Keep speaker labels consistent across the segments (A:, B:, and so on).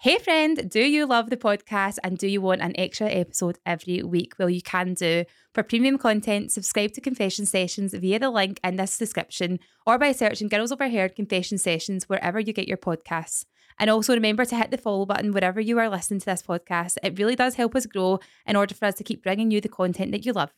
A: Hey, friend, do you love the podcast and do you want an extra episode every week? Well, you can do. For premium content, subscribe to Confession Sessions via the link in this description or by searching Girls Overheard Confession Sessions wherever you get your podcasts. And also remember to hit the follow button wherever you are listening to this podcast. It really does help us grow in order for us to keep bringing you the content that you love.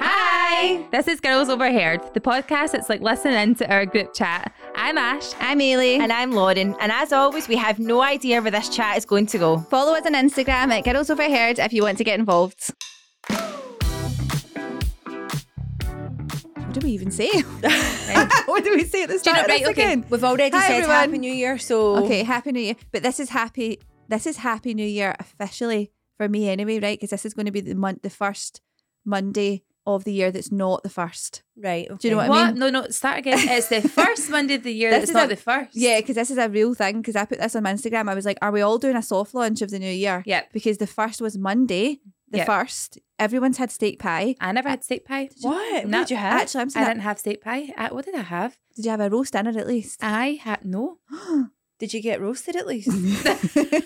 A: Hi, this is Girls Overheard, the podcast that's like listening into our group chat. I'm Ash.
B: I'm Ailey.
C: And I'm Lauren. And as always, we have no idea where this chat is going to go.
B: Follow us on Instagram at Girls Overheard if you want to get involved. What do we even say?
C: what do we say at
A: Do
C: the
A: you
C: start
A: know,
C: of
A: right,
C: this
A: okay.
C: again?
B: We've already
C: Hi,
B: said
C: everyone.
B: Happy New
C: Year, so
B: Okay, Happy New Year. But this is Happy. This is Happy New Year officially for me anyway, right? Because this is going to be the month, the first Monday of the year that's not the first.
C: right.
B: Do you know what, I
A: What?
B: mean?
A: No, no, start again. It's the first Monday of the year.
B: This
A: That's
B: is
A: not
B: a-
A: the first.
B: Yeah, because this is a real thing. Because I put this on my Instagram. I was like, "Are we all doing a soft launch of the new year?"
A: Yep.
B: Because the first was Monday. The
A: Yep.
B: first, everyone's had steak pie.
A: I never had steak pie.
C: What?
A: No.
C: What did you have?
B: Actually, I'm
A: I
B: saying,
A: didn't have steak pie. I, what did I have?
B: did you have a roast dinner at least?
A: I had no.
C: Did you get roasted at least?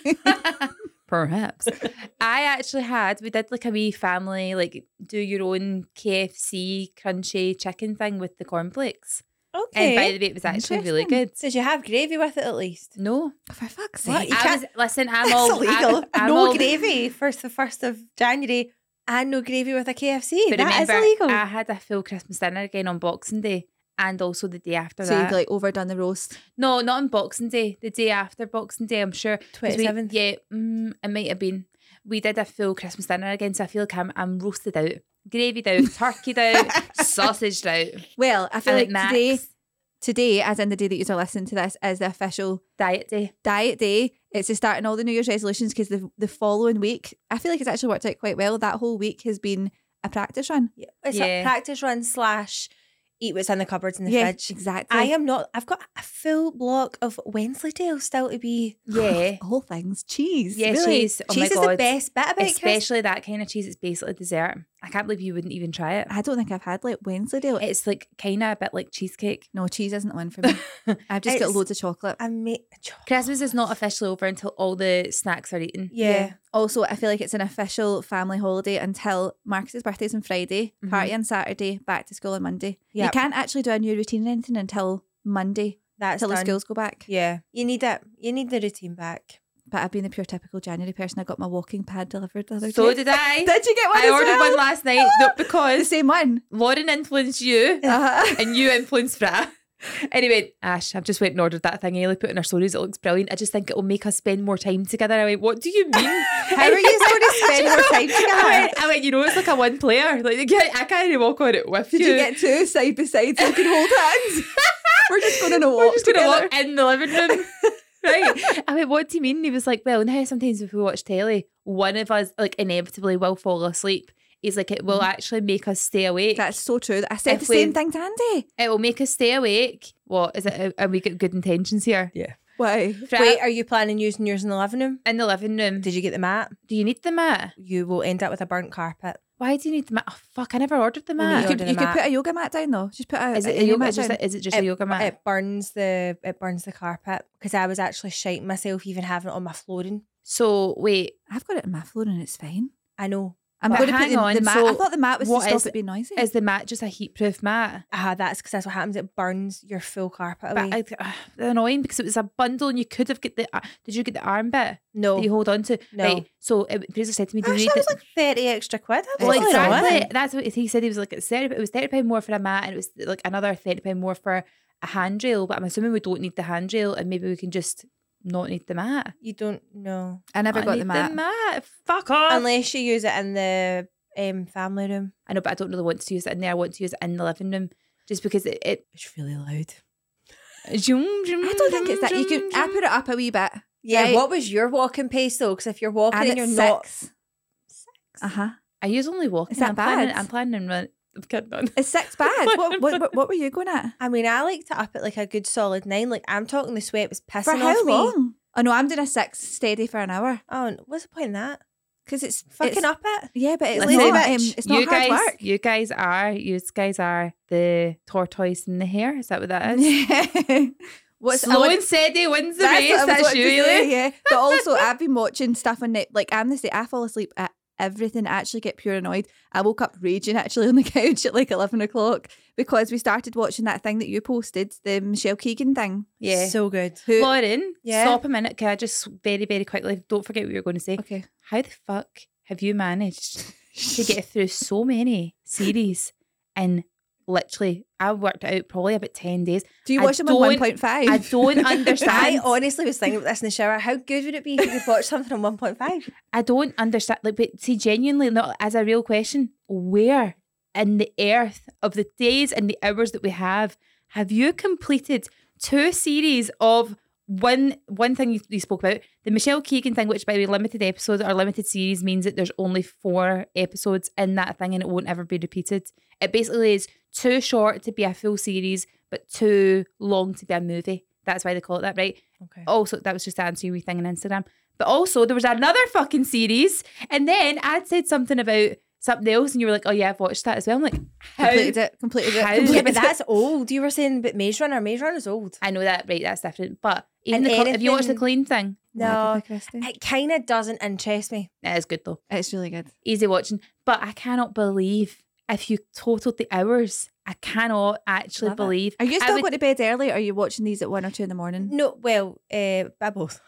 A: Perhaps. I actually had, we did like a wee family, like do your own KFC crunchy chicken thing with the cornflakes. And by
C: okay.
A: the way, it was actually really
B: Interesting.
A: good.
C: So did you have gravy with it at least?
A: No.
B: For fuck's
C: What?
B: sake!
C: You
A: I
C: can't-
A: was, listen, I'm
C: That's
A: all.
C: illegal.
A: I'm, I'm
C: no
A: all,
C: gravy first the first of January and no gravy with a KFC.
A: But
C: that is
A: remember,
C: illegal.
A: I had a full Christmas dinner again on Boxing Day and also the day after
B: So
A: that.
B: you've like overdone the roast.
A: no, not on Boxing Day. The day after Boxing Day, I'm sure. 'Cause we-
C: 27th.
A: Yeah, mm, it might have been. We did a full Christmas dinner again, so I feel like I'm, I'm roasted out, gravied out, turkeyed out, sausaged out.
B: Well, I feel
A: and
B: like
A: it max.
B: today, today, as in the day that you're listening to this, is the official
A: Diet day.
B: diet day. It's the starting all the New Year's resolutions because the the following week, I feel like it's actually worked out quite well. That whole week has been a practice run.
C: Yeah. It's
A: Yeah.
C: a practice run slash eat what's in the cupboards in the
B: yeah,
C: fridge.
B: exactly.
C: I am not. I've got a full block of Wensleydale still to be.
A: Yeah.
C: Oh,
B: all things cheese.
A: Yeah,
B: really.
A: cheese. Oh
C: cheese
A: my
C: is
A: God.
C: the best bit about Christmas.
A: Especially that kind of cheese. It's basically dessert. I can't believe you wouldn't even try it.
B: I don't think I've had like Wensleydale.
A: It's like kind of a bit like cheesecake.
B: no, cheese isn't one for me. I've just got
C: It's-
B: loads of chocolate.
C: I make chocolate.
A: Christmas is not officially over until all the snacks are eaten.
C: Yeah.
B: Also, I feel like it's an official family holiday until Marcus's birthday's on Friday,
A: Mhm.
B: party on Saturday, back to school on Monday. You
C: Yep.
B: can't actually do a new routine or anything until Monday,
C: that's
B: until the
C: done.
B: schools go back.
C: Yeah, you need it. You need the routine back.
B: But I've been the pure typical January person. I got my walking pad delivered the other
A: So
B: day.
A: did I.
B: Did you get one?
A: I
B: as
A: ordered
B: well?
A: one last night no,
B: The
A: because
B: same one.
A: Lauren influenced you
B: Uh-huh.
A: and you influenced Fra. Anyway, Ash, I've just went and ordered that thing Ailey put in her stories. It looks brilliant. I just think it will make us spend more time together. I went, what do you mean?
C: How are you going to spend more time
A: I
C: together?
A: went, I went, you know, it's like a one player. Like you can't- I can't even walk on it with
B: Did you get two side by side so you can hold hands? We're just going on a walk.
A: We're just gonna
B: together.
A: walk in the living room. Right. I went, what do you mean? And he was like, Well, now sometimes if we watch telly, one of us like inevitably will fall asleep. He's like, it
C: Mm-hmm.
A: will actually make us stay awake.
B: That's so true. I said
A: If
B: the
A: we-
B: same thing to Andy.
A: it will make us stay awake. What is it? Are we got good intentions here?
B: Why?
A: Fra-
C: Wait, are you planning using yours in the living room?
A: in the living room.
C: Did you get the mat?
A: do you need the mat?
C: You will end up with a burnt carpet.
A: Why do you need the mat? Oh, fuck, I never ordered the
C: Well,
B: You
A: mat.
C: we
B: could,
C: ordered
B: you
C: a
B: could
C: mat.
B: put a yoga mat down though. Just put a,
A: is it
B: a
A: a yoga
B: mat
A: mat? Just,
B: down.
A: is it just a yoga mat?
C: It burns the it burns the carpet because I was actually shiting myself even having it on my flooring.
A: so wait,
B: I've got it in my floor and it's fine.
C: I know.
B: I'm
A: But
B: going to put
A: hang
B: the, the
A: on,
B: mat. I
A: so
B: thought the mat was to
A: what
B: stop
A: is-
B: it being noisy.
A: is the mat just a heat proof mat?
C: Ah, that's because that's what happens. It burns your full carpet away.
A: But I, uh, annoying because it was a bundle and you could have get the. Uh, did you get the arm bit?
C: no,
A: that you hold on to.
C: No.
A: Right. So it, Fraser said to me, "Do you
C: actually,
A: need
C: it was
A: the-"
C: like thirty extra quid. I was
A: Well,
B: Well,
C: like,
B: it's all
A: exactly.
B: right.
A: That's what he said. He was like, it's thirty. It was thirty pound more for a mat, and it was like another thirty pound more for a handrail. But I'm assuming we don't need the handrail, and maybe we can just not need the mat.
C: You don't know
B: I never
A: I
B: got
A: need
B: the mat.
A: Fuck off.
C: unless you use it in the um, family room.
A: I know, but I don't really want to use it in there. I want to use it in the living room, just because it. it
C: It's really loud.
A: I
B: I
A: don't
B: don't think it's that. You could. I put it up a wee bit.
C: Yeah.
B: Right.
C: What was your walking pace though? Because if you're walking
B: And
C: and,
B: it's
C: you're not,
B: six. Uh huh.
A: I use only walking.
B: that
A: I'm planning.
B: bad?
A: I'm planning on run. I'm kidding. on.
B: Is six bad? what, what, what, what were you going at?
C: I mean, I like to up at like a good solid nine. Like I'm talking, the sweat was pissing
B: For how
C: off me.
B: long? Oh no, I'm doing a six steady for an hour.
C: Oh, and what's the point in that?
B: Because it's
C: Fucking
B: it's-
C: up it.
B: Yeah, but it's
A: Listen,
B: not. Um,
C: bitch,
B: it's not
A: you
B: hard
A: guys,
B: work.
A: you guys are, you guys are the tortoise in the hair. Is that what that is?
B: Yeah. What's I
A: Slow
B: would-
A: and steady wins the
B: what I
A: race.
B: was
A: That's
B: wanting
A: you,
B: to say,
A: Ailey.
B: yeah. But also, I've been watching stuff on net. Like I'm the same. I fall asleep at everything. I actually get pure annoyed. I woke up raging actually on the couch at like eleven o'clock because we started watching that thing that you posted, the Michelle Keegan thing.
C: Yeah. So good.
B: Who?
A: Lauren,
C: Yeah.
A: stop a minute. Can I just very, very quickly? Don't forget what you were going to say.
B: okay.
A: How the fuck have you managed to get through so many series in literally? I worked it out probably about ten days.
B: Do you
A: I
B: watch them on
A: don't-
B: one point five?
A: I don't
C: I
A: understand.
C: honestly was thinking about this in the shower. How good would it be if you could watch something on 1.5?
A: I don't understand. Like, but see, genuinely, not as a real question. Where in the earth of the days and the hours that we have have you completed two series of one one thing you, you spoke about the Michelle Keegan thing, which by the way, limited episode or limited series means that there's only four episodes in that thing and it won't ever be repeated. It basically is too short to be a full series, but too long to be a movie. That's why they call it that, right?
C: Okay.
A: also that was just the answer we thing on Instagram. But also there was another fucking series, and then I'd said something about something else, and you were like, "Oh yeah, I've watched that as well." I'm like, "How?"
B: completed it. Completed it.
A: How-
B: completed
C: Yeah, but
B: it.
C: that's old. You were saying but Maze Runner. Maze Runner is old.
A: I know that, right? That's different. But even
C: And
A: the, cl- have you watched the
C: anything-
A: clean thing?
C: No.
B: Agatha Christie.
C: It kind of doesn't interest me.
A: That is good though,
B: It's really good.
A: easy watching. But I cannot believe if you totaled the hours, I cannot actually
C: Love it.
A: believe.
B: Are you
A: I
B: still
A: would-
B: going to bed early? Or are you watching these at one or two in the morning?
C: No, well, uh, by both.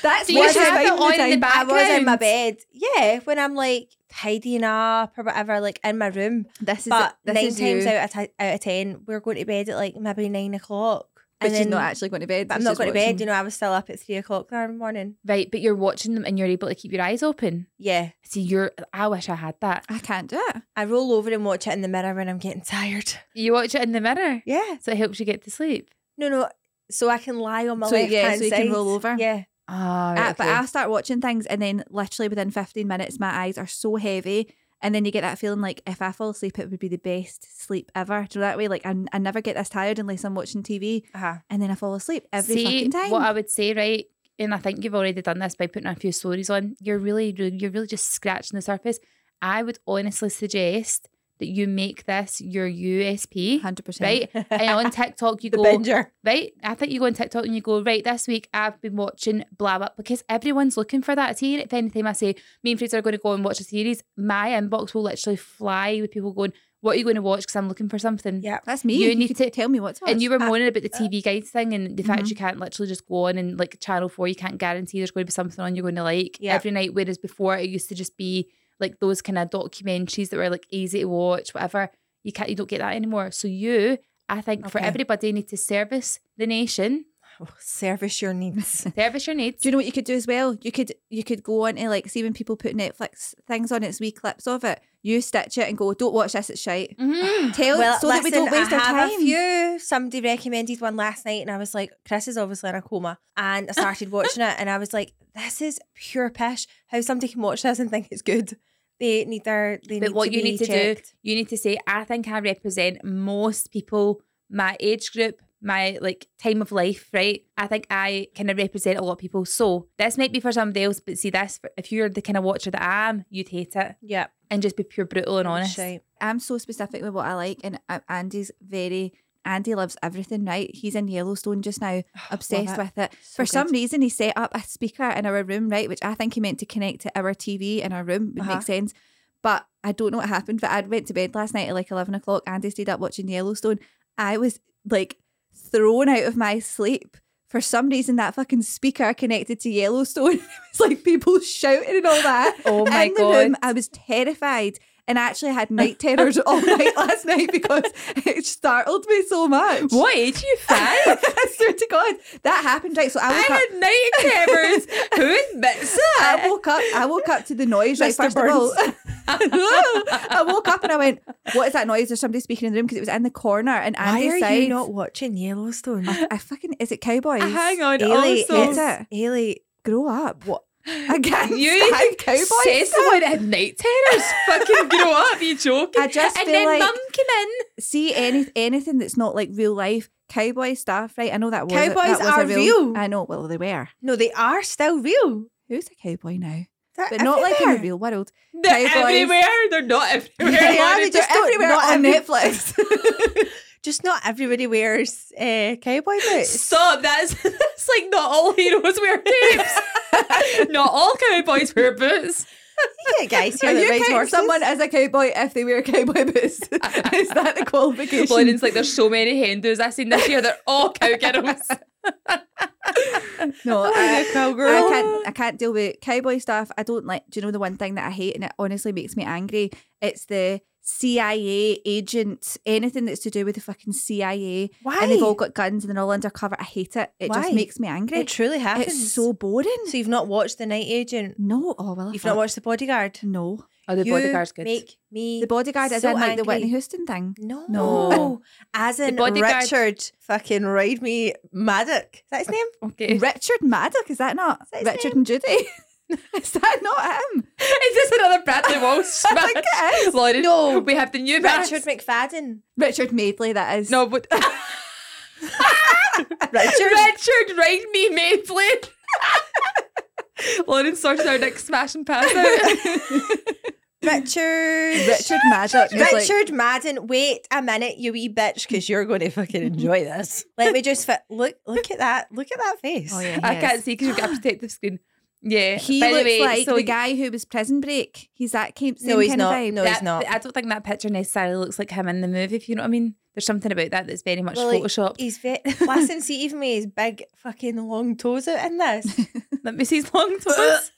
B: That's
A: Do you
B: what I um,
A: have it
B: find the
A: on in the
B: time.
A: back-
C: I was in my
A: Background.
C: bed. Yeah, when I'm like tidying up or whatever, like in my room.
B: This is
C: but
B: this
C: nine
B: is
C: times
B: you,
C: out of, ti out of ten, we're going to bed at like maybe nine o'clock.
B: But she's not actually going to bed.
C: but I'm
B: she's
C: not
B: just
C: going to
B: watching.
C: bed. You know, I was still up at three o'clock that morning.
A: right? But you're watching them, and you're able to keep your eyes open.
C: Yeah,
A: See, you're. I wish I had that.
B: I can't do it.
C: I roll over and watch it in the mirror when I'm getting tired.
A: You watch it in the mirror,
C: Yeah,
A: so it helps you get to sleep.
C: no, no. So I can lie on my
B: So,
C: left
B: yeah,
C: hand
B: so you
C: side.
B: can roll over.
C: Yeah,
A: Ah, right,
B: Uh, But
A: okay.
B: I'll start watching things, and then literally within 15 minutes, my eyes are so heavy. And then you get that feeling like if I fall asleep, it would be the best sleep ever. Do you know that way? Like, I, I never get this tired unless I'm watching TV,
C: uh-huh.
B: and then I fall asleep every
A: See,
B: fucking time.
A: What I would say, right, and I think you've already done this by putting a few stories on. You're really, you're really just scratching the surface. I would honestly suggest that you make this your USP,
B: 100%.
A: right? and on TikTok, you
C: the
A: go
C: binger.
A: right. I think you go on TikTok and you go right. This week I've been watching blah blah because everyone's looking for that. See, if anytime I say me and Fraser are going to go and watch a series, my inbox will literally fly with people going, "What are you going to watch?" Because I'm looking for something.
C: Yeah,
B: That's me.
A: You
B: You,
A: need
B: could
A: to-
B: tell me what's
A: And you were moaning about the
C: uh,
A: TV guides thing and the fact
B: Mhm.
A: you can't literally just go on and like Channel 4, you can't guarantee there's going to be something on you're going to like
C: Yeah.
A: every night. Whereas before it used to just be like those kind of documentaries that were like easy to watch, whatever. You can't, you don't get that anymore. So you, I think for
C: Okay.
A: everybody, need to service the nation,
C: Oh, service your needs.
A: service your needs.
B: Do you know what you could do as well? You could you could go on to like see when people put Netflix things on, it's wee clips of it. You stitch it and go, don't watch this, it's shite.
A: Mhm.
B: Tell
C: well,
B: so that we
C: listen,
B: don't waste
C: I
B: our
C: have
B: time.
C: A few. Somebody recommended one last night, and I was like, "Chris is obviously in a coma," and I started watching it, and I was like, "This is pure pish. How somebody can watch this and think it's good? They need their. They
A: But
C: need
A: what
C: to
A: you
C: be
A: need to do,
C: checked.
A: you need to say, I think I represent most people, my age group, my like time of life, right? I think I kind of represent a lot of people. So this might be for somebody else, but see this if you're the kind of watcher that I am, you'd hate it
C: Yeah,
A: and just be pure brutal and honest.
C: Shite.
B: I'm so specific with what I like, and uh, Andy's very. Andy loves everything, right? He's in Yellowstone just now, obsessed
C: it.
B: with it.
C: So
B: For some
C: good.
B: reason, he set up a speaker in our room, right? Which I think he meant to connect to our TV in our room. Would
C: Uh-huh.
B: make sense. But I don't know what happened. But I went to bed last night at like 11 o'clock. Andy stayed up watching Yellowstone. I was like thrown out of my sleep. For some reason, that fucking speaker connected to Yellowstone. it was like people shouting and all that
A: Oh my
B: in the
A: god.
B: room. I was terrified. And I actually had night terrors all night last night because it startled me so much.
A: What age are you five?
B: I swear to God, that happened right. So I
A: I
B: woke up.
A: had night terrors. Who admits that?
B: I woke up. I woke up to the noise. Right,
C: Mr.
B: first of all, I woke up and I went, "What is that noise? There's somebody speaking in the room because it was in the corner." And
C: Why
B: Andy
C: are
B: said,
C: you not watching Yellowstone?
B: I fucking is it cowboys?
A: Hang on,
C: Ailey,
A: also.
B: it's-
C: it's- Ailey,
B: grow up.
C: What?
B: I can't
A: You
B: stand cowboys.
A: says someone had night terrors. Fucking grow up, you joking.
B: I just
A: and
B: feel
A: then
B: like-
A: mum came in.
B: see any anything that's not like real life cowboy stuff, right? I know that was a- that
C: Cowboys
B: was a
C: are real.
B: I know. Well, they were.
C: no, they are still real.
B: Who's a cowboy now?
C: They're
B: But not like in the
C: Uh, everywhere.
B: real world.
A: They're
B: Cowboys.
A: everywhere. They're not everywhere.
B: They are.
A: Lauren.
B: They just
A: They're
B: don't-
A: everywhere
B: not
A: on
B: on
A: the-
B: Netflix.
C: just not everybody wears uh, cowboy boots.
A: Stop. That's that's like not all heroes wear capes. not all cowboys wear boots.
C: yeah, guys,
B: Are
C: here that
B: you
C: rides
B: counting
C: horses.
B: someone as a cowboy if they wear cowboy boots? Is that the qualification?
A: Blondin's like there's so many Hindus I've seen this year. They're all cowgirls.
C: Oh,
B: no, uh, I,
C: cowgirl.
B: I can't. I can't deal with cowboy stuff. I don't like. Do you know the one thing that I hate, and it honestly makes me angry? It's the CIA agent. Anything that's to do with the fucking CIA,
C: Why?
B: and they've all got guns and they're all undercover. I hate it. It
C: Why?
B: just makes me angry.
C: it truly happens.
B: It's so boring.
C: So you've not watched The Night Agent.
B: No, oh well. I
C: You've
B: thought-
C: not watched The Bodyguard.
B: No,
A: Oh, the
C: you
A: bodyguard's good.
C: Make me
B: the bodyguard is
C: so
B: in like the
C: angry.
B: Whitney Houston thing.
C: No.
B: No.
C: As in
A: bodyguard-
C: Richard fucking ride me Maddock. Is that his name?
A: okay.
B: Richard Maddock, is that not
C: that his
B: Richard and Judy? is that not him?
A: Is this another Bradley Walsh smash?
B: think it is.
A: Lauren,
B: No.
A: we have the new batch.
C: Richard McFadden.
B: Richard Madeley, that is.
A: No, but
C: Richard.
A: Richard, write me Mapley. Lauren sorted our next smash and pass out.
C: Richard.
B: Richard Maddock. is like-
C: Richard Madden, wait a minute, you wee bitch, because you're going to fucking enjoy this. Let me just fit. Look, look at that. Look at that face. Uh,
B: oh yeah, he
A: I
B: is.
A: can't see because you've got a protective screen. Yeah.
B: He
A: By
B: looks
A: the way,
B: like
A: so
B: the guy who was Prison Break. He's that came, same
C: No, he's
B: kind
C: not.
B: of vibe.
C: No, he's
A: That,
C: not.
A: I don't think that picture necessarily looks like him in the movie, if you know what I mean. There's something about that that's very much
C: Well, like,
A: photoshopped.
C: He's very. Listen, see, even with his big fucking long toes out in this.
A: Let me see his long toes.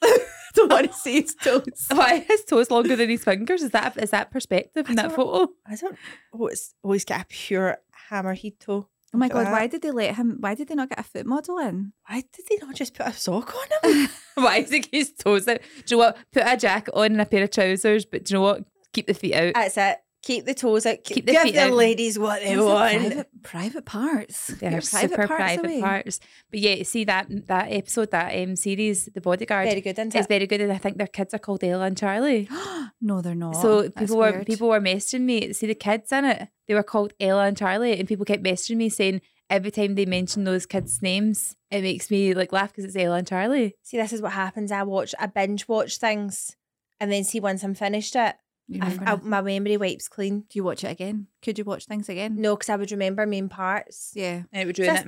B: don't want to see his toes.
A: Why are his toes longer than his fingers? Is that is that perspective in that
C: don't-
A: photo?
C: I don't. Oh, it's, oh he's got a pure hammerhead toe.
B: Oh my
C: Look
B: god,
C: at
B: why
C: that.
B: did they let him? Why did they not get a foot model in?
C: Why did they not just put a sock on him?
A: Why is he his toes out? Do you know what? Put a jacket on and a pair of trousers, but do you know what? Keep the feet out.
C: That's it. Keep the toes out.
A: Keep
C: Keep
A: the
C: Give
A: feet
C: the
A: out.
C: ladies what they
B: These are
C: want.
B: private, private parts. Get
A: They're
B: your
A: super private
B: away.
A: parts. But yeah, see that that episode, that um, series, The Bodyguard,
C: Very good, isn't
A: is
C: it?
A: very good, and I think their kids are called Ella and Charlie.
B: no, they're not.
A: so
B: Oh, That's
A: people were
B: weird.
A: people were messaging me. See the kids in it. They were called Ella and Charlie, and people kept messaging me saying every time they mention those kids' names, it makes me like laugh because it's Ella and Charlie.
C: See, this is what happens. I watch, I binge watch things, and then see once I'm finished it,
B: You
C: I've,
B: remember
C: I,
B: now.
C: my memory wipes clean.
B: Do you watch it again? Could you watch things again?
C: No, because I would remember main parts.
B: Yeah.
A: And it would
C: Just-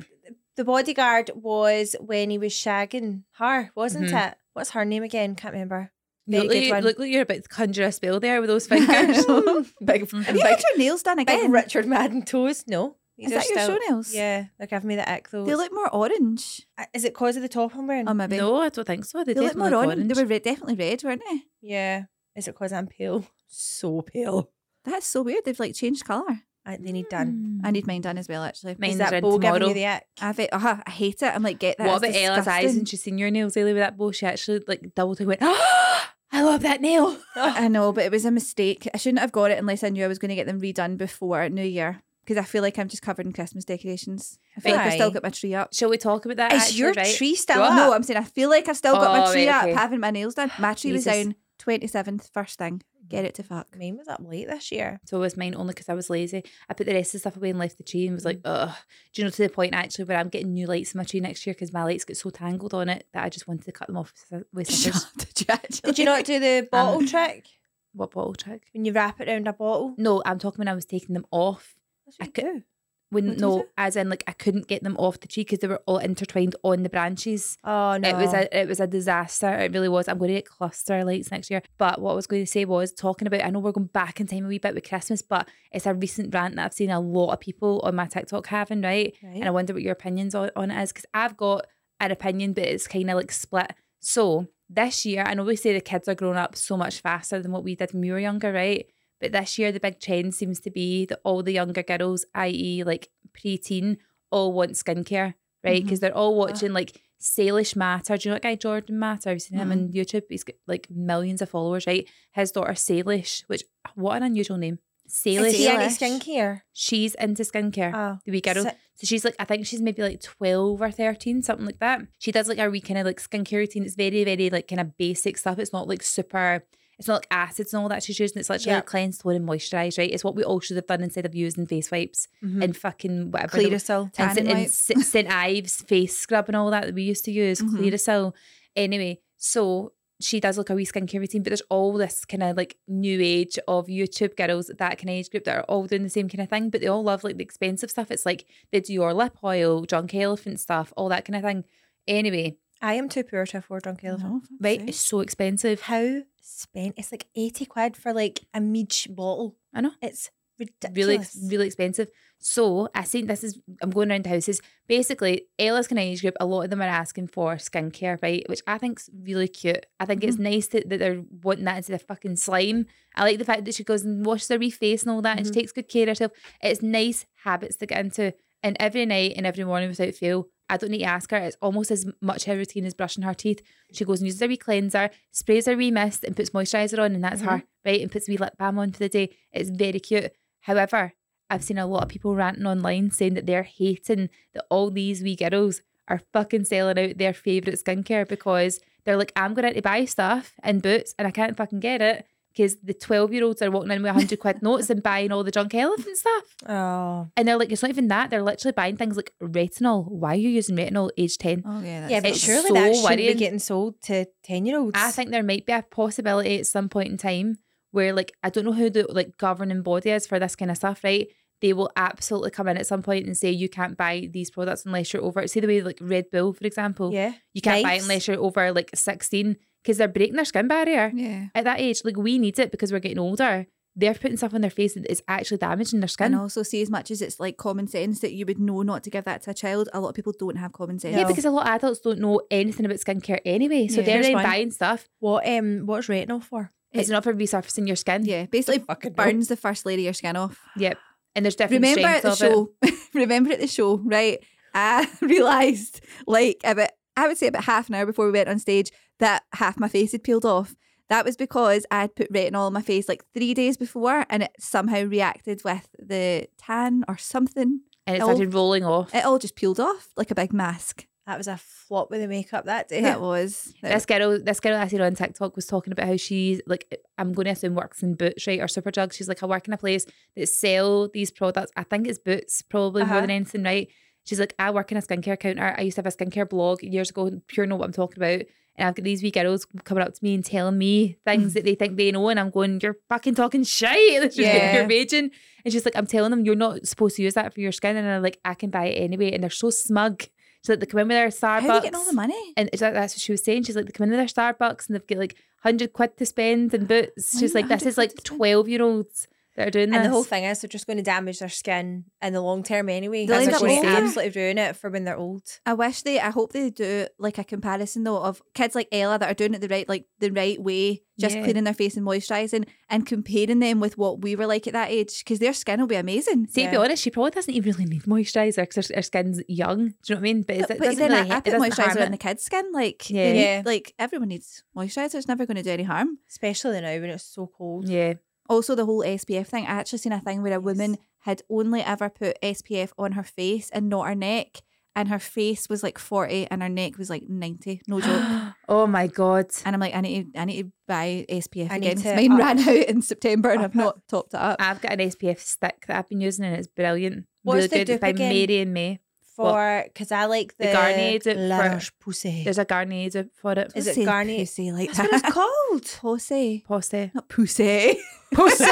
C: The bodyguard was when he was shagging her, wasn't
A: Mhm.
C: it? What's her name again? Can't remember.
A: Look,
C: Very
A: like
C: good
A: you,
C: one.
A: look like you're about to conjure a spell there with those
B: I
A: fingers. Mm-hmm.
B: know.
C: Big,
B: Have you
C: big,
B: had your nails done
C: big
B: again?
C: Richard Madden toes. No,
B: Is
C: these are
B: that your
C: still-
B: toenails?
C: Yeah, they're giving me the ick though. Uh,
B: They look more orange.
C: is it cause of the top I'm wearing?
B: Oh, maybe.
A: no, I don't think so. They,
B: They look
A: definitely
B: more
A: look
B: orange.
A: orange.
B: They were red, definitely red, weren't they?
C: yeah, is it cause I'm pale? So pale.
B: That's so weird. They've like changed colour.
C: I, they need done.
B: I need mine done as well, actually.
A: Mine's
C: Is
A: done
C: that bow giving
A: Mm. tomorrow.
C: you the ick?
B: I've, uh, I hate it. I'm like, get that.
A: what
B: it's
A: about Ella's eyes?
B: disgusting.
A: And she's seen your nails, Ellie, with that bow. She actually like double took went, oh, I love that nail.
B: I know, but it was a mistake. I shouldn't have got it unless I knew I was going to get them redone before New Year because I feel like I'm just covered in Christmas decorations. I feel like I've still
C: Right.
B: got my tree up.
A: Shall we talk about that?
C: Is
A: actually,
C: your
A: right?
C: tree still
A: Do you
C: up?
A: want-
B: No, I'm saying I feel like I've still got
A: Oh,
B: my tree
A: right,
B: up,
A: okay.
B: having my nails done. My tree was
A: Jesus.
B: down 27th, first thing. Get it to fuck.
C: Mine was up late this year.
A: So it was mine only because I was lazy. I put the rest of the stuff away and left the tree and was like,
C: Mm.
A: ugh. Do you know to the point actually where I'm getting new lights in my tree next year because my lights get so tangled on it that I just wanted to cut them off with sci- with scissors.
B: Did you actually?
C: Did you not do the bottle trick
A: what bottle trick?
C: when you wrap it around a bottle?
A: No, I'm talking when I was taking them off.
C: That's
A: I
C: what you
A: cou-
C: do.
A: When
C: What is
A: no,
C: it?
A: as in like I couldn't get them off the tree because they were all intertwined on the branches.
C: Oh no!
A: It was a it was a disaster. It really was. I'm going to get cluster lights next year. But what I was going to say was talking about. I know we're going back in time a wee bit with Christmas, but it's a recent rant that I've seen a lot of people on my TikTok having right, and I
C: Right.
A: wonder what your opinions on, on it is because I've got an opinion, but it's kind of like split. So this year, I know we say the kids are growing up so much faster than what we did when we were younger, right? But this year, the big trend seems to be that all the younger girls, i.e., like preteen, all want skincare, right?
B: Mhm.
A: Because they're all watching like Salish Matter. Do you know that guy Jordan Matter? I've seen him on YouTube. He's got like millions of followers, right? His daughter Salish, which what an unusual name.
C: Is
A: Salish.
C: he any
B: Delish.
C: skincare?
A: She's into skincare.
C: Oh,
A: the wee girl.
C: si-
A: So she's like, I think she's maybe like 12 or 13, something like that. She does like a wee kind of like skincare routine. It's very, very like kind of basic stuff. It's not like super, it's not like acids and all that she's using. It's literally
C: Yeah.
A: cleanse, tone, and moisturize, right? It's what we all should have done instead of using face wipes
C: Mhm.
A: and fucking whatever. the-
C: Clearasil.
A: and St.
B: Tanning
A: and
B: wipe.
A: St. St. Ives face scrub and all that that we used to use,
B: Mhm.
A: Clearasil. Anyway, so she does like a wee skincare routine, but there's all this kind of like new age of YouTube girls, that kind of age group that are all doing the same kind of thing, but they all love like the expensive stuff. It's like the Dior lip oil, John K. Elephant stuff, all that kind of thing. Anyway,
C: I am too poor to afford drunk elephant.
B: No, fuck's
A: right,
B: sake.
A: it's so expensive.
C: How spent? It's like 80 quid for like a meech bottle.
A: I know.
C: It's
A: really,
C: ridiculous.
A: ex- really expensive. So I seen this is I'm going around to houses. Basically, Ella's kind of age group. A lot of them are asking for skincare, right? Which I think's really cute. I think it's nice that, that they're wanting that into the fucking slime. I like the fact that she goes and washes her wee face and all that, and she
C: Mhm.
A: takes good care of herself. It's nice habits to get into, and every night and every morning without fail. I don't need to ask her. It's almost as much her routine as brushing her teeth. She goes and uses her wee cleanser, sprays her wee mist, and puts moisturizer on, and that's her, right? And puts wee lip balm on for the day. It's very cute. However, I've seen a lot of people ranting online saying that they're hating that all these wee girls are fucking selling out their favourite skincare because they're like, I'm going out to buy stuff in Boots and I can't fucking get it because the 12 year olds are walking in with 100 quid notes and buying all the junk elephant stuff.
C: Oh.
A: And they're like, it's not even that. They're literally buying things like retinol. Why are you using retinol age 10?
B: Oh yeah,
C: Yeah,
B: that's
C: but
A: it's
B: not-
C: surely
A: so
C: that should
A: worrying.
C: be getting sold to 10 year olds.
A: I think there might be a possibility at some point in time where like I don't know who the like governing body is for this kind of stuff, right? They will absolutely come in at some point and say you can't buy these products unless you're over. Say the way like Red Bull, for example,
C: Yeah.
A: you can't buy it
C: Knives.
A: unless you're over like sixteen because they're breaking their skin barrier
B: yeah.
A: at that age. Like we need it because we're getting older. They're putting stuff on their face that is actually damaging their skin.
B: And also, see, as much as it's like common sense that you would know not to give that to a child, a lot of people don't have common sense.
A: Yeah,
C: No.
A: because a lot of adults don't know anything about skincare anyway, so
B: Yeah.
A: they're
C: Here's
A: then
C: one.
A: buying stuff.
C: What um what's retinol for?
A: It's not for resurfacing your skin.
B: yeah, basically
C: Fucking no.
B: burns the first layer of your skin off.
A: Yep. And there's different
B: Remember at
A: strengths
B: the
A: of it.
B: show, remember at the show, right? I realised, like, about, I would say about half an hour before we went on stage, that half my face had peeled off. That was because I had put retinol on my face like three days before and it somehow reacted with the tan or something.
A: And it
B: Oh.
A: started rolling off.
B: It all just peeled off like a big mask.
C: That was a flop with the makeup that day.
B: That was. that
A: This girl, this girl I see on TikTok was talking about how she's like, I'm going to assume works in Boots, right, or Superdrug. She's like, I work in a place that sell these products. I think it's Boots, probably more
C: Uh-huh.
A: than anything, right? She's like, I work in a skincare counter. I used to have a skincare blog years ago. Pure know what I'm talking about. And I've got these wee girls coming up to me and telling me things that they think they know, and I'm going, "You're fucking talking shit." She's like,
B: Yeah.
A: You're raging, and she's like, "I'm telling them you're not supposed to use that for your skin," and I'm like, "I can buy it anyway." And they're so smug. So like, they come in with their Starbucks.
B: How are they getting all the money?
A: And it's like, that's what she was saying. She's like, they come in with their Starbucks and they've got like 100 quid to spend and boots.
B: Why
A: She's
B: not
A: like, this
B: 100
A: is like
B: quid to spend?
A: 12 year olds that are doing
C: And
A: this.
C: the whole thing is they're just going to damage their skin in the long term anyway.
B: They'll
C: They're
A: end up
C: going to
A: older.
C: absolutely ruin it for when they're old.
B: I wish they. I hope they do like a comparison though of kids like Ella that are doing it the right, like the right way, just
A: Yeah.
B: cleaning their face and moisturising, and comparing them with what we were like at that age because their skin will be amazing.
A: See, to be
C: Yeah.
A: honest, she probably doesn't even really need moisturizer because her, her skin's young. Do you know what I mean? But, is
B: But,
A: it
B: but
A: doesn't
B: then
A: really
B: I, I
A: hit- it
B: put
A: doesn't harm
B: moisturiser on
A: it.
B: the kids' skin, like
A: Yeah.
B: they need-
C: Yeah.
B: like everyone needs moisturiser. It's never going to do any harm.
C: Especially now when it's so cold.
A: Yeah.
B: Also, the whole SPF thing. I actually seen a thing where a woman had only ever put SPF on her face and not her neck, and her face was like forty and her neck was like ninety. No joke.
A: oh my God.
B: And I'm like, I need to, I need to buy SPF
C: I
B: again. 'cause
C: need to
B: Mine
C: up-
B: ran out in September and I've
C: up it.
B: not topped it up.
A: I've got an SPF stick that I've been using and it's brilliant.
C: What's
A: really
C: the
A: good. It's
C: dupe
A: by
C: again?
A: Mary and May.
C: For because I like
A: The
C: the,
A: Garnier dupe
C: La
A: for-
C: Roche-Posay.
A: There's a Garnier dupe for it.
C: Is
B: Don't
C: it
B: say
C: Garnier?
B: Pussy like
C: That's what
B: that.
C: it's called.
B: Pussy.
A: Posse.
B: Not pussy.
A: Posse!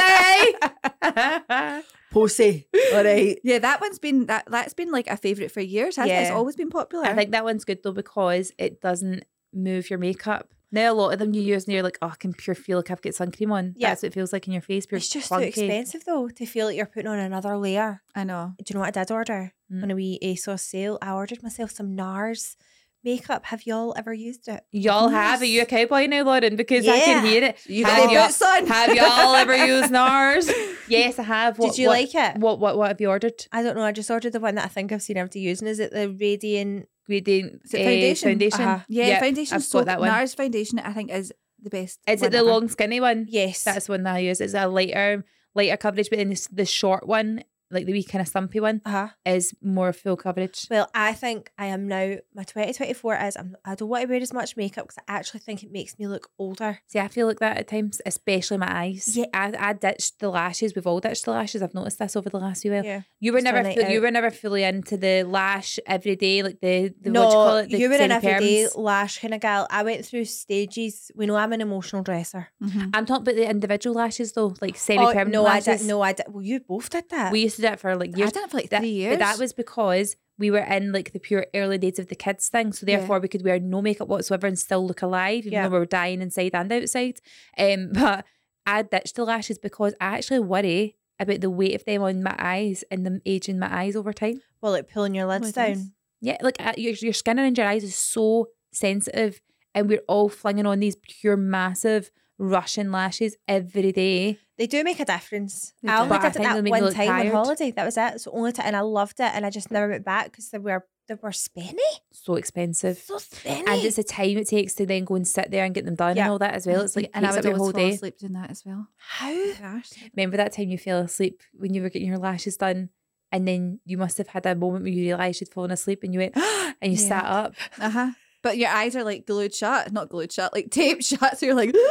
C: Posay. All right.
B: Yeah, that one's been that that's been like a favourite for years, hasn't it? It's
C: Yeah.
B: always been popular.
A: I think that one's good though because it doesn't move your makeup. Now a lot of them you use and you're like, oh, I can pure feel like I've got sun cream on.
C: Yeah.
A: That's what it feels like in your face. Pure
C: It's just
A: clunky.
C: too expensive though to feel like you're putting on another layer.
B: I know.
C: Do you know what I did order
A: Mm.
C: on a wee ASOS sale? I ordered myself some NARS makeup. Have y'all ever used it?
A: Y'all have, are you a cowboy now, Lauren? Because I can
C: Yeah.
A: hear it.
B: You
A: Have
B: got the
A: y'all-
B: boots on.
A: Have y'all ever used NARS? Yes, I have. What,
C: Did you
A: what-
C: like it?
A: What, what what have you ordered?
C: I don't know. I just ordered the one that I think I've seen everybody using. Is it the Radiant?
A: Gradient
B: Is it
A: eh,
B: foundation?
A: foundation?
C: Uh-huh.
B: yeah,
A: Yep,
B: foundation's
A: I've
B: so
A: got that one.
B: NARS foundation I think is the best.
A: Is it
B: one
A: the
B: ever.
A: long skinny one?
C: uh-huh. Yes.
A: That's the one that I use. It's a lighter lighter coverage, but then this the short one like the wee kind of stumpy one,
C: Uh huh.
A: is more full coverage.
C: Well, I think I am now. My 2024 is. I'm, I don't want to wear as much makeup because I actually think it makes me look older.
A: See, I feel like that at times, especially my eyes.
C: Yeah.
A: I, I ditched the lashes. We've all ditched the lashes. I've noticed this over the last few years.
C: Yeah.
A: You were
C: Just a
A: never
C: night
A: fu- you
C: out.
A: were never fully into the lash every day, like the, the what do you call it? The
C: you were an everyday
A: semi-perms.
C: lash kind of gal. I went through stages. We know I'm an emotional dresser.
B: Mhm.
A: I'm talking about the individual lashes though, like semi
C: Oh,
A: permanent
C: no, I
A: lashes.
C: did. No, I did. Well, you both did that.
A: We used to do it for like
B: I
A: years.
B: done it for like
A: That-
B: three years.
A: But that was because we were in like the pure early days of the kids thing. So
B: Yeah.
A: therefore we could wear no makeup whatsoever and still look alive, even
C: Yeah.
A: though we were dying inside and outside. Um but I ditched the lashes because I actually worry about the weight of them on my eyes and them aging my eyes over time.
C: well, like pulling your lids
B: it
A: Oh
C: down.
B: is.
A: Yeah, like uh, your, your skin around your eyes is so sensitive and we're all flinging on these pure massive Russian lashes every day.
C: They do make a difference.
B: They
C: I
B: do.
C: only
B: But I
C: did
A: think they
C: it that
A: make you
C: one
A: look
C: time
A: tired.
C: on holiday. That was it. So only t- and I loved it, and I just never went back because they were they were spenny,
A: So expensive.
C: so spenny.
A: And it's the time it takes to then go and sit there and get them done and
C: Yeah.
A: all that as well. It's like
B: and I
A: takes
B: would
A: up your
B: always
A: whole
B: fall
A: day. Oh
B: asleep doing that as well.
C: how?
B: Gosh.
A: Remember that time you fell asleep when you were getting your lashes done, and then you must have had a moment where you realised you'd fallen asleep, and you went and you
B: Yeah.
A: sat up.
B: Uh huh. But your eyes are like glued shut, not glued shut, like taped shut. So you're like, you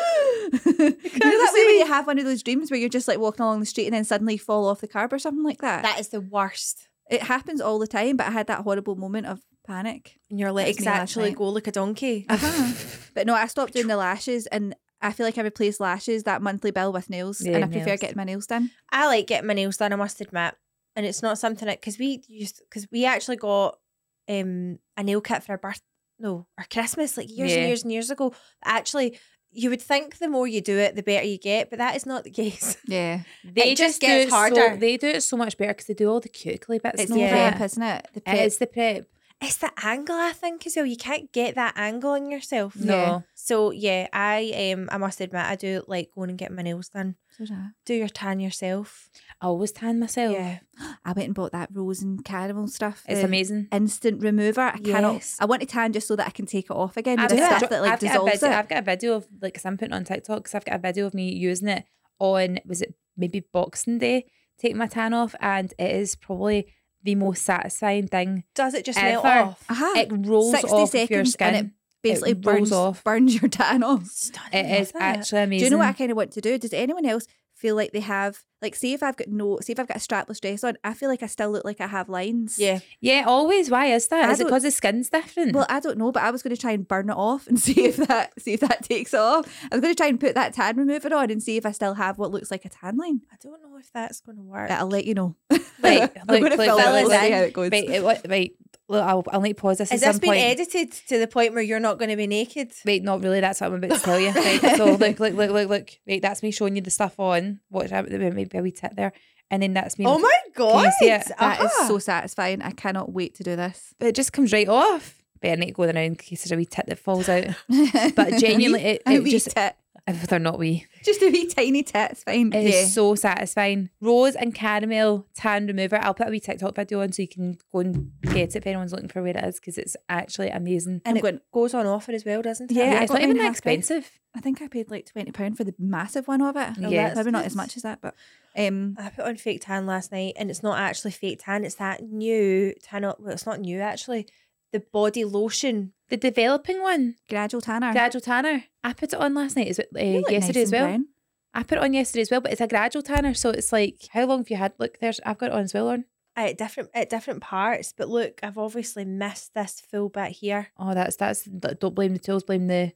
B: know that way when you have one of those dreams where you're just like walking along the street and then suddenly fall off the curb or something like that.
C: That is the worst.
B: it happens all the time. But I had that horrible moment of panic.
C: And your
B: That was
C: legs
B: me last
C: actually
B: night.
C: go like a donkey.
B: Uh-huh. But no, I stopped doing the lashes, and I feel like I replaced lashes that monthly bill with nails,
A: Yeah,
B: and I prefer
A: nails.
B: getting my nails done.
C: I like getting my nails done. I must admit, and it's not something that because we used because we actually got um a nail kit for our birth no our Christmas like years
A: Yeah.
C: and years and years ago. Actually, you would think the more you do it, the better you get, but that is not the case.
B: Yeah,
A: They
C: It
A: just,
C: just
A: do
C: gets
A: it so-
C: harder.
A: they do it so much better because they do all the cuticle bits.
B: it's
A: and all
B: the
C: yeah.
B: prep,
A: that.
B: isn't it? The
A: It is the prep.
C: It's the angle I think as well. You can't get that angle on yourself.
A: No,
B: Yeah.
C: So yeah, I um I must admit I do like going and getting my nails done.
B: So do I.
C: Do your tan yourself.
A: I always tan myself.
C: Yeah.
B: I went and bought that rose and caramel stuff.
A: It's
B: the
A: amazing.
B: Instant remover. I cannot.
C: Yes.
B: I want to tan just so that I can take it off again.
A: I've
B: With the
C: do it.
A: got,
B: stuff that like
A: I've, got a
B: dissolves
A: video,
B: it.
A: I've got a video of like cause I'm putting it on TikTok because I've got a video of me using it on was it maybe Boxing Day, taking my tan off, and it is probably the most satisfying thing.
C: Does it just melt
A: Ever.
C: off?
B: Aha.
A: It rolls
B: 60
A: off of your
B: Ah, seconds
A: skin.
B: and it basically
A: rolls
B: burns
A: off.
B: burns your tan off.
C: Stunning,
A: It is
C: isn't
A: actually
B: Do
A: amazing.
B: you know what I kind of want to do? Does anyone else feel like they have like say if I've got no say if I've got a strapless dress on, I feel like I still look like I have lines.
C: Yeah.
A: Yeah, always. Why is that? Is
B: I
A: it
B: don't-
A: because the skin's different?
B: Well, I don't know, but I was going to try and burn it off and see if that see if that takes it off. I was going to try and put that tan remover on and see if I still have what looks like a tan line.
C: I don't know if that's going to work.
B: But I'll let you know.
A: Right, look,
B: I'm going to
A: look,
B: fill it.
C: fill
B: We'll
C: us
B: see
C: in.
B: how it goes.
A: right, it, wa- right. Look, I'll, I'll need to pause this
C: Has
A: at
C: this
A: some
C: been
A: point.
C: edited to the point where you're not going to be naked?
A: Wait, not really. That's what I'm about to tell you. Right, so look, look, look, look, look. Wait, that's me showing you the stuff on. Watch out, there may be a wee tip there, and then that's me.
C: Oh my
A: Can
C: god! Uh-huh.
A: you see it?
B: That is
C: Aha.
B: so satisfying. I cannot wait to do this.
A: It just comes right off. But I need to go around in case there's a wee tit that falls out. But genuinely, it,
B: a
A: it
B: wee
A: just
B: tit.
A: if they're not wee.
B: Just a wee tiny tit. It's fine.
A: It is
B: yeah.
A: so satisfying. Rose and caramel tan remover. I'll put a wee TikTok video on so you can go and get it if anyone's looking for where it is because it's actually amazing.
C: and
B: I'm
C: it
B: going-
C: goes on offer as well, doesn't it?
B: Yeah, I
A: it's
B: got
A: not even
B: mine
A: that
B: half price.
A: expensive.
B: I think I paid like twenty pound for the massive one of it.
A: Yeah.
B: Yeah, maybe not
C: That's-
B: as much as that, but um,
C: I put on fake tan last night, and it's not actually fake tan. It's that new tan. Well, it's not new actually. The body lotion.
A: The developing one,
B: gradual tanner.
A: gradual tanner. I put it on last night. Is it uh,
B: Ah. You look
A: yesterday
B: nice
A: as
B: and
A: well?
B: brown.
A: I put it on yesterday as well, but it's a gradual tanner, so it's like how long have you had? Look, there's I've got it on as well. On
C: At different at different parts, but look, I've obviously missed this full bit here.
A: oh, that's that's don't blame the tools, blame the